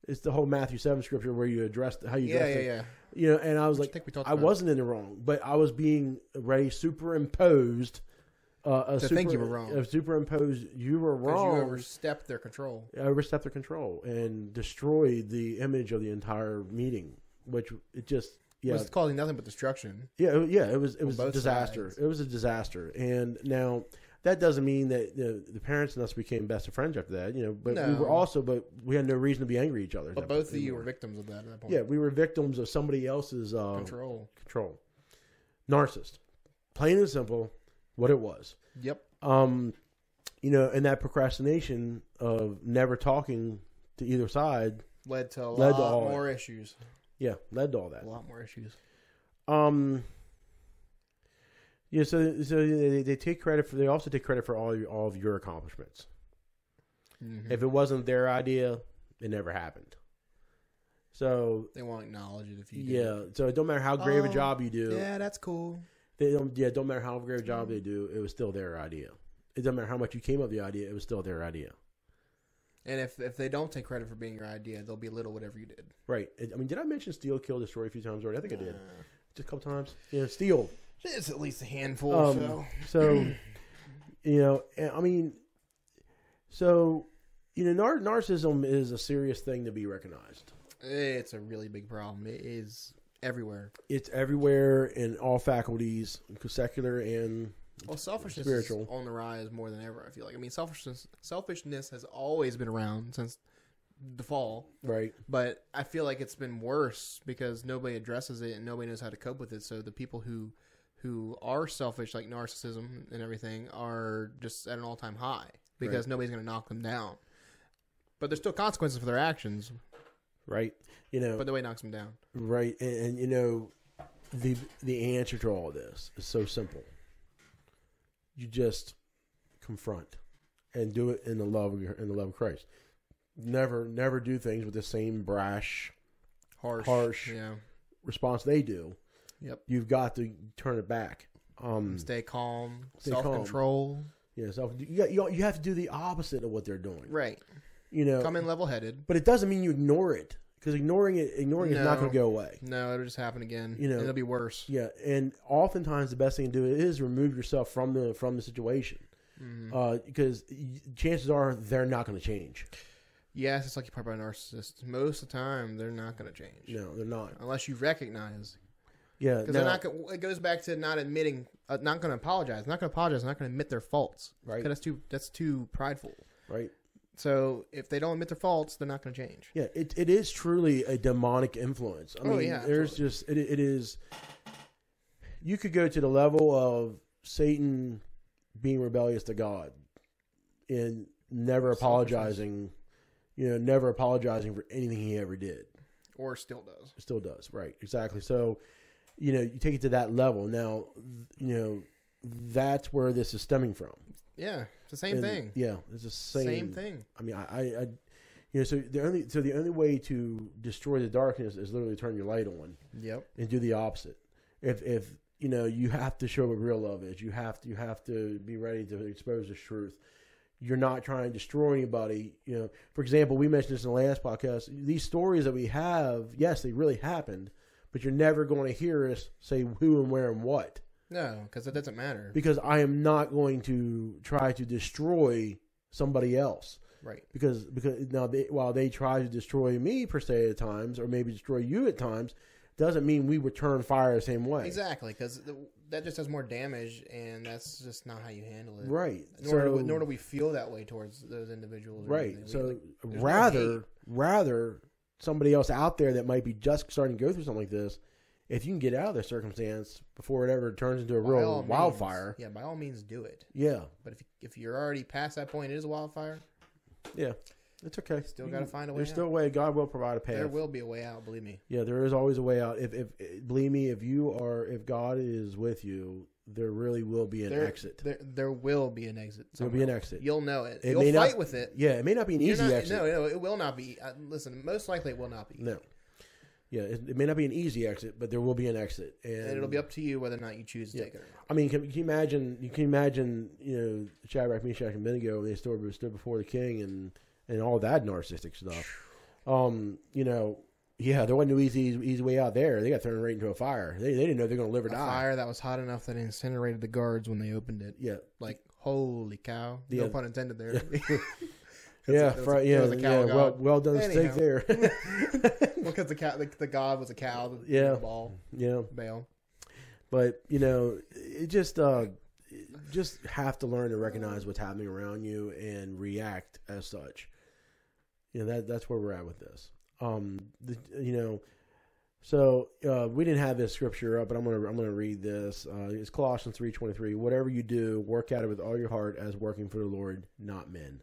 Speaker 2: It's the whole Matthew seven scripture where you addressed how you
Speaker 1: Yeah,
Speaker 2: addressed
Speaker 1: yeah,
Speaker 2: it.
Speaker 1: yeah.
Speaker 2: You know, and I was
Speaker 1: Which I
Speaker 2: like,
Speaker 1: think we talked
Speaker 2: I
Speaker 1: about.
Speaker 2: wasn't in the wrong, but I was being already superimposed. Uh, a
Speaker 1: To
Speaker 2: super,
Speaker 1: think you were wrong.
Speaker 2: a superimposed, you were
Speaker 1: Because
Speaker 2: wrong
Speaker 1: you overstepped their control.
Speaker 2: overstepped uh, their control and destroyed the image of the entire meeting, which it just
Speaker 1: It
Speaker 2: yeah
Speaker 1: was causing nothing but destruction.
Speaker 2: yeah it- yeah it was it was a
Speaker 1: both
Speaker 2: disaster.
Speaker 1: sides.
Speaker 2: It was a disaster, and now that doesn't mean that you know, the parents and us became best of friends after that. You know, but we
Speaker 1: No.
Speaker 2: were also but we had no reason to be angry at each other. at
Speaker 1: But
Speaker 2: that
Speaker 1: both of
Speaker 2: point
Speaker 1: you were
Speaker 2: anymore.
Speaker 1: victims of that at that point.
Speaker 2: yeah we were victims of somebody else's uh, control.
Speaker 1: Control.
Speaker 2: control, narcissist, plain and simple, what it was
Speaker 1: Yep.
Speaker 2: um, you know, and that procrastination of never talking to either side,
Speaker 1: Led to a
Speaker 2: Led to
Speaker 1: lot
Speaker 2: all
Speaker 1: more issues.
Speaker 2: yeah, led to all
Speaker 1: A
Speaker 2: that.
Speaker 1: lot more issues.
Speaker 2: Um, yeah, so so they, they take credit for they also take credit for all your, all of your accomplishments.
Speaker 1: Mhm.
Speaker 2: If it wasn't their idea, it never happened. So
Speaker 1: they won't acknowledge it if you do.
Speaker 2: yeah, so it don't matter how grave a
Speaker 1: Oh,
Speaker 2: job you do,
Speaker 1: Yeah, that's cool.
Speaker 2: they don't yeah don't matter how great a job they do, it was still their idea. It doesn't matter how much you came up with the idea, it was still their idea.
Speaker 1: And if, if they don't take credit for being your idea, they'll belittle whatever you did.
Speaker 2: Right. I mean, did I mention steal, kill, destroy a few times already? I think I did.
Speaker 1: Uh,
Speaker 2: just a couple times. Yeah, steal.
Speaker 1: It's at least a handful.
Speaker 2: Um,
Speaker 1: so
Speaker 2: So, you know, and- I mean, so you know, nar- narcissism is a serious thing to be recognized.
Speaker 1: it's a really big problem. It is everywhere.
Speaker 2: It's everywhere in all faculties, secular and
Speaker 1: Well, selfishness
Speaker 2: Spiritual.
Speaker 1: is on the rise more than ever. I feel like. I mean, selfishness selfishness has always been around since the fall,
Speaker 2: Right.
Speaker 1: but I feel like it's been worse because nobody addresses it and nobody knows how to cope with it. So the people who who are selfish, like narcissism and everything, are just at an all time high because nobody's going to knock them down. But there's still consequences for their actions,
Speaker 2: Right. You know.
Speaker 1: but nobody knocks them down.
Speaker 2: Right, and, and you know, the the answer to all this is so simple. You just confront and do it in the love of your, in the love of Christ. Never, never do things with the same brash
Speaker 1: Harsh,
Speaker 2: Harsh.
Speaker 1: Yeah,
Speaker 2: response they do.
Speaker 1: Yep.
Speaker 2: You've got to turn it back. Um,
Speaker 1: stay calm,
Speaker 2: Stay calm.
Speaker 1: self control.
Speaker 2: you know, so you, got- you you have to do the opposite of what they're doing.
Speaker 1: Right,
Speaker 2: You know,
Speaker 1: come in level headed.
Speaker 2: but it doesn't mean you ignore it because ignoring it, ignoring it's not
Speaker 1: No.
Speaker 2: going to go away.
Speaker 1: No, it'll just happen again.
Speaker 2: You know,
Speaker 1: and it'll be worse.
Speaker 2: Yeah, and oftentimes the best thing to do is remove yourself from the from the situation
Speaker 1: Mhm.
Speaker 2: because y chances are they're not going to change.
Speaker 1: Yes, it's like you're part by a narcissist. Most of the time, they're not going to change
Speaker 2: No, they're not.
Speaker 1: unless you recognize
Speaker 2: Yeah,
Speaker 1: Because
Speaker 2: no,
Speaker 1: they're not. go- It goes back to not admitting, uh, not going to apologize, not going to apologize, not going to admit their faults.
Speaker 2: Right.
Speaker 1: 'Cause That's too. That's too prideful.
Speaker 2: right.
Speaker 1: So if they don't admit their faults, they're not going to change.
Speaker 2: Yeah, it, it is truly a demonic influence. I
Speaker 1: Oh,
Speaker 2: mean,
Speaker 1: yeah,
Speaker 2: there's
Speaker 1: absolutely.
Speaker 2: just it, it is. You could go to the level of Satan being rebellious to God, and never
Speaker 1: Selfishness.
Speaker 2: apologizing. You know, never apologizing for anything he ever did.
Speaker 1: Or still does.
Speaker 2: It still does, right? Exactly. So, you know, you take it to that level. Now, th- you know, that's where this is stemming from.
Speaker 1: Yeah. It's the same
Speaker 2: And,
Speaker 1: thing.
Speaker 2: Yeah, it's the same,
Speaker 1: Same, thing.
Speaker 2: I mean, I, I, I, you know, so the only so the only way to destroy the darkness is literally turn your light on
Speaker 1: Yep.
Speaker 2: and do the opposite. If if you know, you have to show what real love is. You have to you have to be ready to expose the truth. You're not trying to destroy anybody. You know, for example, we mentioned this in the last podcast. These stories that we have, yes, they really happened, but you're never going to hear us say who and where and what
Speaker 1: No, because it doesn't matter.
Speaker 2: because I am not going to try to destroy somebody else
Speaker 1: Right.
Speaker 2: because because now they, while they try to destroy me per se at times or maybe destroy you at times doesn't mean we return fire the same way
Speaker 1: Exactly. Because that just does more damage, and that's just not how you handle it.
Speaker 2: right
Speaker 1: Nor, do
Speaker 2: so
Speaker 1: we- nor do we feel that way towards those individuals. or
Speaker 2: right
Speaker 1: anything. We,
Speaker 2: so
Speaker 1: like, no
Speaker 2: rather
Speaker 1: hate.
Speaker 2: rather somebody else out there that might be just starting to go through something like this if you can get out of their circumstance before it ever turns into a
Speaker 1: by all
Speaker 2: real
Speaker 1: means-
Speaker 2: wildfire
Speaker 1: yeah. By all means, do it.
Speaker 2: yeah
Speaker 1: But if if you're already past that point, it is a wildfire.
Speaker 2: yeah it's okay
Speaker 1: Still
Speaker 2: You
Speaker 1: gotta
Speaker 2: can-
Speaker 1: find a way
Speaker 2: there's
Speaker 1: out.
Speaker 2: still a way god will provide a path
Speaker 1: There will be a way out. Believe me.
Speaker 2: Yeah, there is always a way out. If, if believe me, if you are, if God is with you, there really will be an
Speaker 1: there,
Speaker 2: exit.
Speaker 1: There, there will be an exit.
Speaker 2: There'll be an
Speaker 1: somewhere.
Speaker 2: exit.
Speaker 1: You'll know it.
Speaker 2: It
Speaker 1: You'll
Speaker 2: may
Speaker 1: fight
Speaker 2: not-
Speaker 1: with it.
Speaker 2: Yeah, it may not be an
Speaker 1: You're
Speaker 2: easy
Speaker 1: not-
Speaker 2: exit.
Speaker 1: No, no, it will not be. Uh, listen, most likely it will not be.
Speaker 2: No. Yeah, it, it may not be an easy exit, but there will be an exit, and,
Speaker 1: And it'll be up to you whether or not you choose to
Speaker 2: Yeah.
Speaker 1: take it. Or not.
Speaker 2: I mean, can, can you imagine? You can imagine, you know, Shadrach, Meshach, and Abednego when they stood, stood before the king and and all that narcissistic stuff. Um, you know, yeah, there wasn't no easy easy way out there. They got thrown right into a fire. They, they didn't know they're going to live or
Speaker 1: A
Speaker 2: die.
Speaker 1: fire that was hot enough that it incinerated the guards when they opened it.
Speaker 2: Yeah,
Speaker 1: Like, holy cow!
Speaker 2: Yeah.
Speaker 1: No pun intended there.
Speaker 2: yeah,
Speaker 1: That's a-
Speaker 2: fr-
Speaker 1: that's a-
Speaker 2: yeah,
Speaker 1: that was a cow
Speaker 2: yeah. Well,
Speaker 1: god.
Speaker 2: well done steak
Speaker 1: Anyhow.
Speaker 2: there.
Speaker 1: because the cow, the, the god was a cow. The,
Speaker 2: Yeah.
Speaker 1: the ball,
Speaker 2: yeah,
Speaker 1: Baal.
Speaker 2: but you know, it just uh, just have to learn to recognize what's happening around you and react as such. You know that that's where we're at with this. Um, the, you know, so uh, we didn't have this scripture up, but I'm gonna I'm gonna read this. Uh, it's Colossians three twenty three. Whatever you do, work at it with all your heart, as working for the Lord, not men.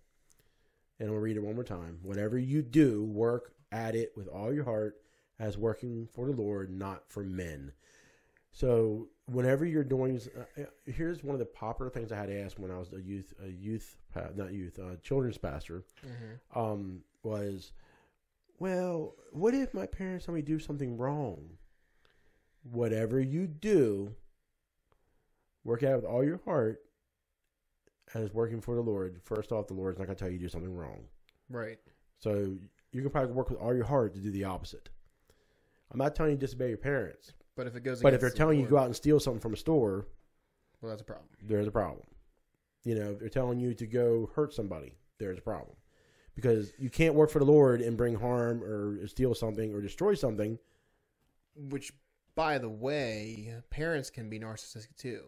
Speaker 2: And I'll read it one more time. Whatever you do, work at it with all your heart, as working for the Lord, not for men. So whenever you're doing, uh, here's one of the popular things I had asked when I was a youth, a youth, pa- not youth, uh, children's pastor,
Speaker 1: Mm-hmm.
Speaker 2: um, was, well, what if my parents tell me to do something wrong? Whatever you do, work out with all your heart as working for the Lord. First off, the Lord's not going to tell you to do something wrong.
Speaker 1: Right.
Speaker 2: So you can probably work with all your heart to do the opposite. I'm not telling you to disobey your parents,
Speaker 1: But if it goes,
Speaker 2: but if
Speaker 1: against
Speaker 2: they're
Speaker 1: the
Speaker 2: telling you to
Speaker 1: Lord,
Speaker 2: go out and steal something from a store,
Speaker 1: well, that's a problem.
Speaker 2: there's a problem. You know, if they're telling you to go hurt somebody, there's a problem. Because you can't work for the Lord and bring harm or steal something or destroy something.
Speaker 1: Which, by the way, parents can be narcissistic too.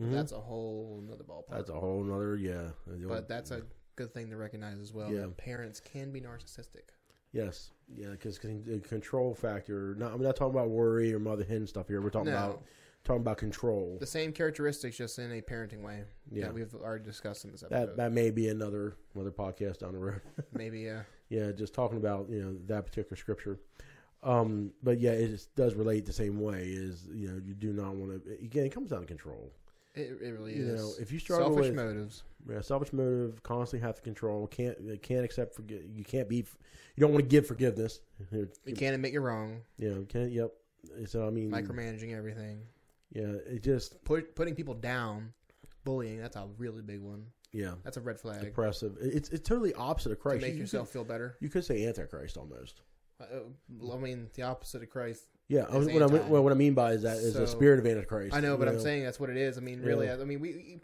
Speaker 1: That's a whole another ballpark.
Speaker 2: Mm-hmm. That's a whole nother yeah.
Speaker 1: but that's a good thing to recognize as well.
Speaker 2: Yeah.
Speaker 1: That parents can be narcissistic.
Speaker 2: Yes. Yeah, because the control factor. Not, I'm not talking about worry or mother hen stuff here. We're talking
Speaker 1: No.
Speaker 2: about talking about control.
Speaker 1: The same characteristics, just in a parenting way
Speaker 2: Yeah.
Speaker 1: that we've already discussed in this episode.
Speaker 2: That that may be another another podcast down the road.
Speaker 1: Maybe, uh,
Speaker 2: yeah, just talking about you know that particular scripture. Um, but yeah, it just does relate the same way. Is you know you do not want to. Again, it comes down to control.
Speaker 1: it, it really
Speaker 2: You
Speaker 1: is.
Speaker 2: know, if you struggle
Speaker 1: Selfish
Speaker 2: with
Speaker 1: motives.
Speaker 2: yeah, selfish motive, constantly have to control. Can't can't accept forgive. You can't be. You don't want to give forgiveness. You
Speaker 1: You can't admit you're wrong.
Speaker 2: know, can't. Yep. So I mean,
Speaker 1: Micromanaging everything.
Speaker 2: yeah, it just
Speaker 1: Put, putting people down. Bullying. That's a really big one.
Speaker 2: yeah,
Speaker 1: That's a red flag.
Speaker 2: oppressive. It- It's it's totally opposite of Christ.
Speaker 1: to make
Speaker 2: You- you
Speaker 1: yourself feel better.
Speaker 2: could- you could say antichrist almost.
Speaker 1: Uh, I mean, the opposite of Christ.
Speaker 2: Yeah, I-
Speaker 1: It's
Speaker 2: what I mean-
Speaker 1: anti.
Speaker 2: well, what I mean by is that is the
Speaker 1: So-
Speaker 2: spirit of antichrist.
Speaker 1: I know, but
Speaker 2: you
Speaker 1: I'm saying that's what it is. I mean, really,
Speaker 2: Yeah.
Speaker 1: I mean, we, we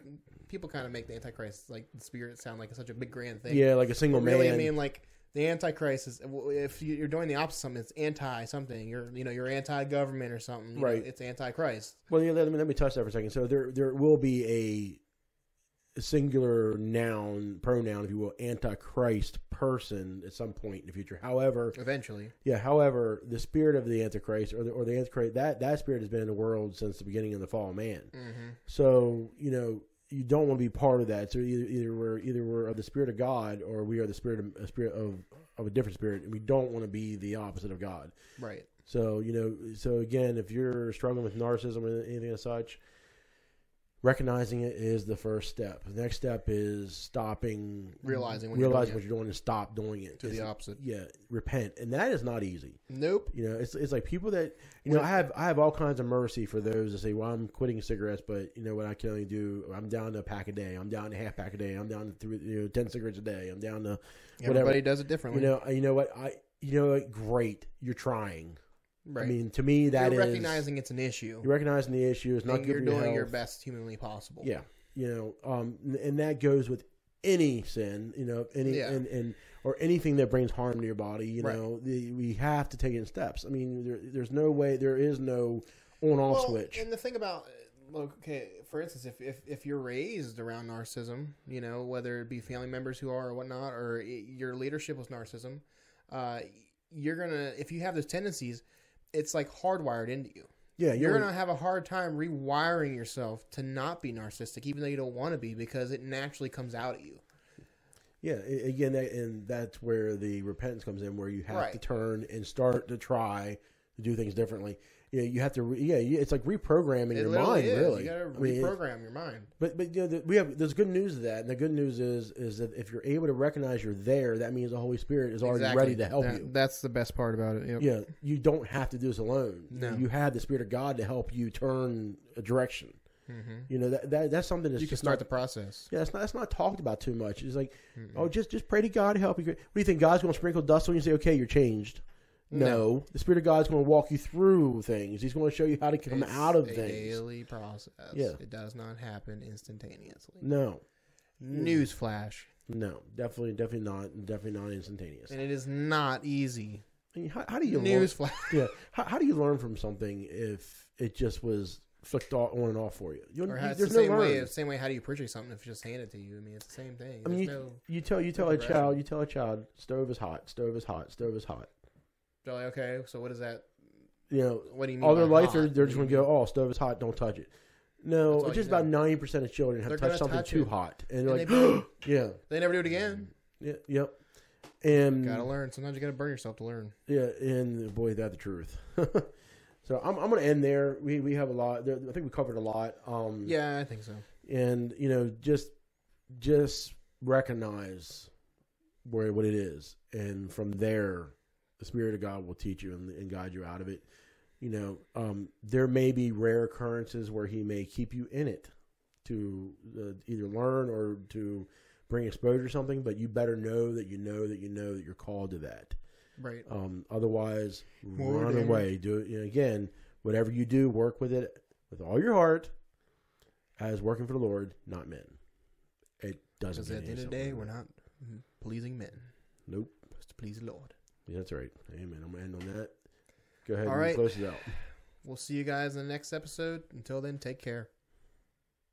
Speaker 1: people kind of make the Antichrist like the spirit sound like such a big grand thing.
Speaker 2: yeah, like a
Speaker 1: But
Speaker 2: single
Speaker 1: really,
Speaker 2: man.
Speaker 1: I mean, like the Antichrist is if you- you're doing the opposite, of something it's anti something. You're you know you're anti government or something. You know,
Speaker 2: Right.
Speaker 1: it's Antichrist.
Speaker 2: Well, yeah, let me let me touch that for a second. So there there will be a singular noun pronoun, if you will, antichrist person at some point in the future. However,
Speaker 1: Eventually,
Speaker 2: yeah, however, the spirit of the antichrist or the or the antichrist that that spirit has been in the world since the beginning of the fall of man.
Speaker 1: hmm
Speaker 2: So you know you don't want to be part of that. So either, either we're either we're of the spirit of God or we are the spirit of a spirit of of a different spirit, and we don't want to be the opposite of God.
Speaker 1: right?
Speaker 2: So you know, so again, if you're struggling with narcissism or anything as such, recognizing it is the first step. The next step is stopping,
Speaker 1: Realizing when you're
Speaker 2: realizing
Speaker 1: doing
Speaker 2: what you're doing, and stop doing it.
Speaker 1: To the
Speaker 2: It's-
Speaker 1: opposite.
Speaker 2: yeah, repent, and that is not easy.
Speaker 1: Nope.
Speaker 2: You know, it's it's like people that you know. I have I have all kinds of mercy for those that say, "Well, I'm quitting cigarettes, but you know what? I can only do. I'm down to a pack a day. I'm down to half pack a day. I'm down to three, you know, ten cigarettes a day. I'm down to
Speaker 1: Everybody
Speaker 2: whatever.
Speaker 1: does it differently.
Speaker 2: you know. You know what? I you know what? Great, you're trying.
Speaker 1: right.
Speaker 2: I mean, to me, that
Speaker 1: you're
Speaker 2: is-
Speaker 1: recognizing it's an issue.
Speaker 2: you're recognizing the issue. It's not
Speaker 1: and
Speaker 2: good
Speaker 1: you're
Speaker 2: for your
Speaker 1: doing your
Speaker 2: health.
Speaker 1: best humanly possible.
Speaker 2: Yeah, you know, um, n- and that goes with any sin, you know, any
Speaker 1: Yeah.
Speaker 2: and, and or anything that brings harm to your body. You
Speaker 1: Right.
Speaker 2: know, the, we have to take it in steps. I mean, there, there's no way. There is no on-off
Speaker 1: Well,
Speaker 2: switch.
Speaker 1: And the thing about look, okay, for instance, if, if if you're raised around narcissism, you know, whether it be family members who are or whatnot, or i your leadership was narcissism, uh, you're gonna if you have those tendencies, it's like hardwired into you.
Speaker 2: yeah,
Speaker 1: You're
Speaker 2: you're,
Speaker 1: gonna have a hard time rewiring yourself to not be narcissistic, even though you don't want to be, because it naturally comes out at you.
Speaker 2: yeah. a- Again, that, and that's where the repentance comes in, where you have
Speaker 1: Right.
Speaker 2: to turn and start to try to do things differently. You, know, you have to. Re, yeah, you, it's like reprogramming
Speaker 1: It
Speaker 2: your
Speaker 1: literally
Speaker 2: mind.
Speaker 1: is.
Speaker 2: Really,
Speaker 1: You gotta
Speaker 2: I mean, it's-
Speaker 1: reprogram your mind.
Speaker 2: But but you know the, we have there's good news to that, and the good news is is that if you're able to recognize you're there, that means the Holy Spirit is already
Speaker 1: Exactly.
Speaker 2: ready to help
Speaker 1: That-
Speaker 2: you.
Speaker 1: That's the best part about it. Yep.
Speaker 2: Yeah, you don't have to do this alone.
Speaker 1: No.
Speaker 2: You have the Spirit of God to help you turn a direction. You know that, that that's something that's
Speaker 1: Mm-hmm. You can
Speaker 2: just
Speaker 1: start the
Speaker 2: not,
Speaker 1: process.
Speaker 2: yeah, that's not that's not talked about too much. It's like, oh, just just pray to God to help you. What do you think God's going to sprinkle dust on you and say, okay, you're changed? No, the Spirit of God's going to walk you through things. He's going to show you how to come
Speaker 1: It's
Speaker 2: out of
Speaker 1: a
Speaker 2: things.
Speaker 1: daily process.
Speaker 2: Yeah.
Speaker 1: It does not happen instantaneously.
Speaker 2: No, Mm.
Speaker 1: Newsflash.
Speaker 2: no, definitely, definitely not, definitely not instantaneous.
Speaker 1: And it is not easy.
Speaker 2: I mean, how, how do you learn?
Speaker 1: Newsflash.
Speaker 2: Yeah, how, how do you learn from something if it just was flicked off, on and off for you? you
Speaker 1: Or
Speaker 2: you-
Speaker 1: it's the
Speaker 2: there's no
Speaker 1: same way.
Speaker 2: learn.
Speaker 1: It's the same way. How do you purchase something if it's just handed to you? I mean, it's the same thing.
Speaker 2: I mean, you,
Speaker 1: There's no
Speaker 2: you tell you tell a
Speaker 1: progression.
Speaker 2: child you tell a child stove is hot, stove is hot, stove is hot.
Speaker 1: they're like, okay. So what is that?
Speaker 2: You know,
Speaker 1: What do you mean?
Speaker 2: all their
Speaker 1: by
Speaker 2: life
Speaker 1: Mm, hot?
Speaker 2: they're, they're just
Speaker 1: You
Speaker 2: going to go, oh, stove is hot, don't touch it. No,
Speaker 1: That's all
Speaker 2: it's just
Speaker 1: you know.
Speaker 2: about ninety percent of children have
Speaker 1: They're
Speaker 2: touched
Speaker 1: gonna
Speaker 2: something
Speaker 1: touch
Speaker 2: too
Speaker 1: it.
Speaker 2: hot, and they're
Speaker 1: And
Speaker 2: like, yeah,
Speaker 1: They never do it again.
Speaker 2: yeah, yep. And
Speaker 1: Gotta learn. Sometimes you gotta burn yourself to learn.
Speaker 2: Yeah, and boy, that the truth. so I'm, I'm going to end there. We we have a lot. There, I think we covered a lot. Um,
Speaker 1: Yeah, I think so.
Speaker 2: and you know just just recognize where what it is, and from there, the spirit of God will teach you and, and guide you out of it. You know, um, there may be rare occurrences where He may keep you in it to uh, either learn or to bring exposure to something, but you better know that you know that you know that you're called to that.
Speaker 1: Right.
Speaker 2: Um, otherwise,
Speaker 1: More
Speaker 2: run
Speaker 1: damage.
Speaker 2: away. Do it you know, again. Whatever you do, work with it with all your heart, as working for the Lord, not men. It doesn't.
Speaker 1: Because at the end
Speaker 2: mean
Speaker 1: of the day,
Speaker 2: something.
Speaker 1: we're not mm, pleasing men.
Speaker 2: Nope.
Speaker 1: We're supposed to please the Lord.
Speaker 2: Yeah, that's right. Amen. I'm gonna end on that. Go ahead
Speaker 1: All
Speaker 2: and
Speaker 1: right.
Speaker 2: close it out.
Speaker 1: We'll see you guys in the next episode. Until then, take care.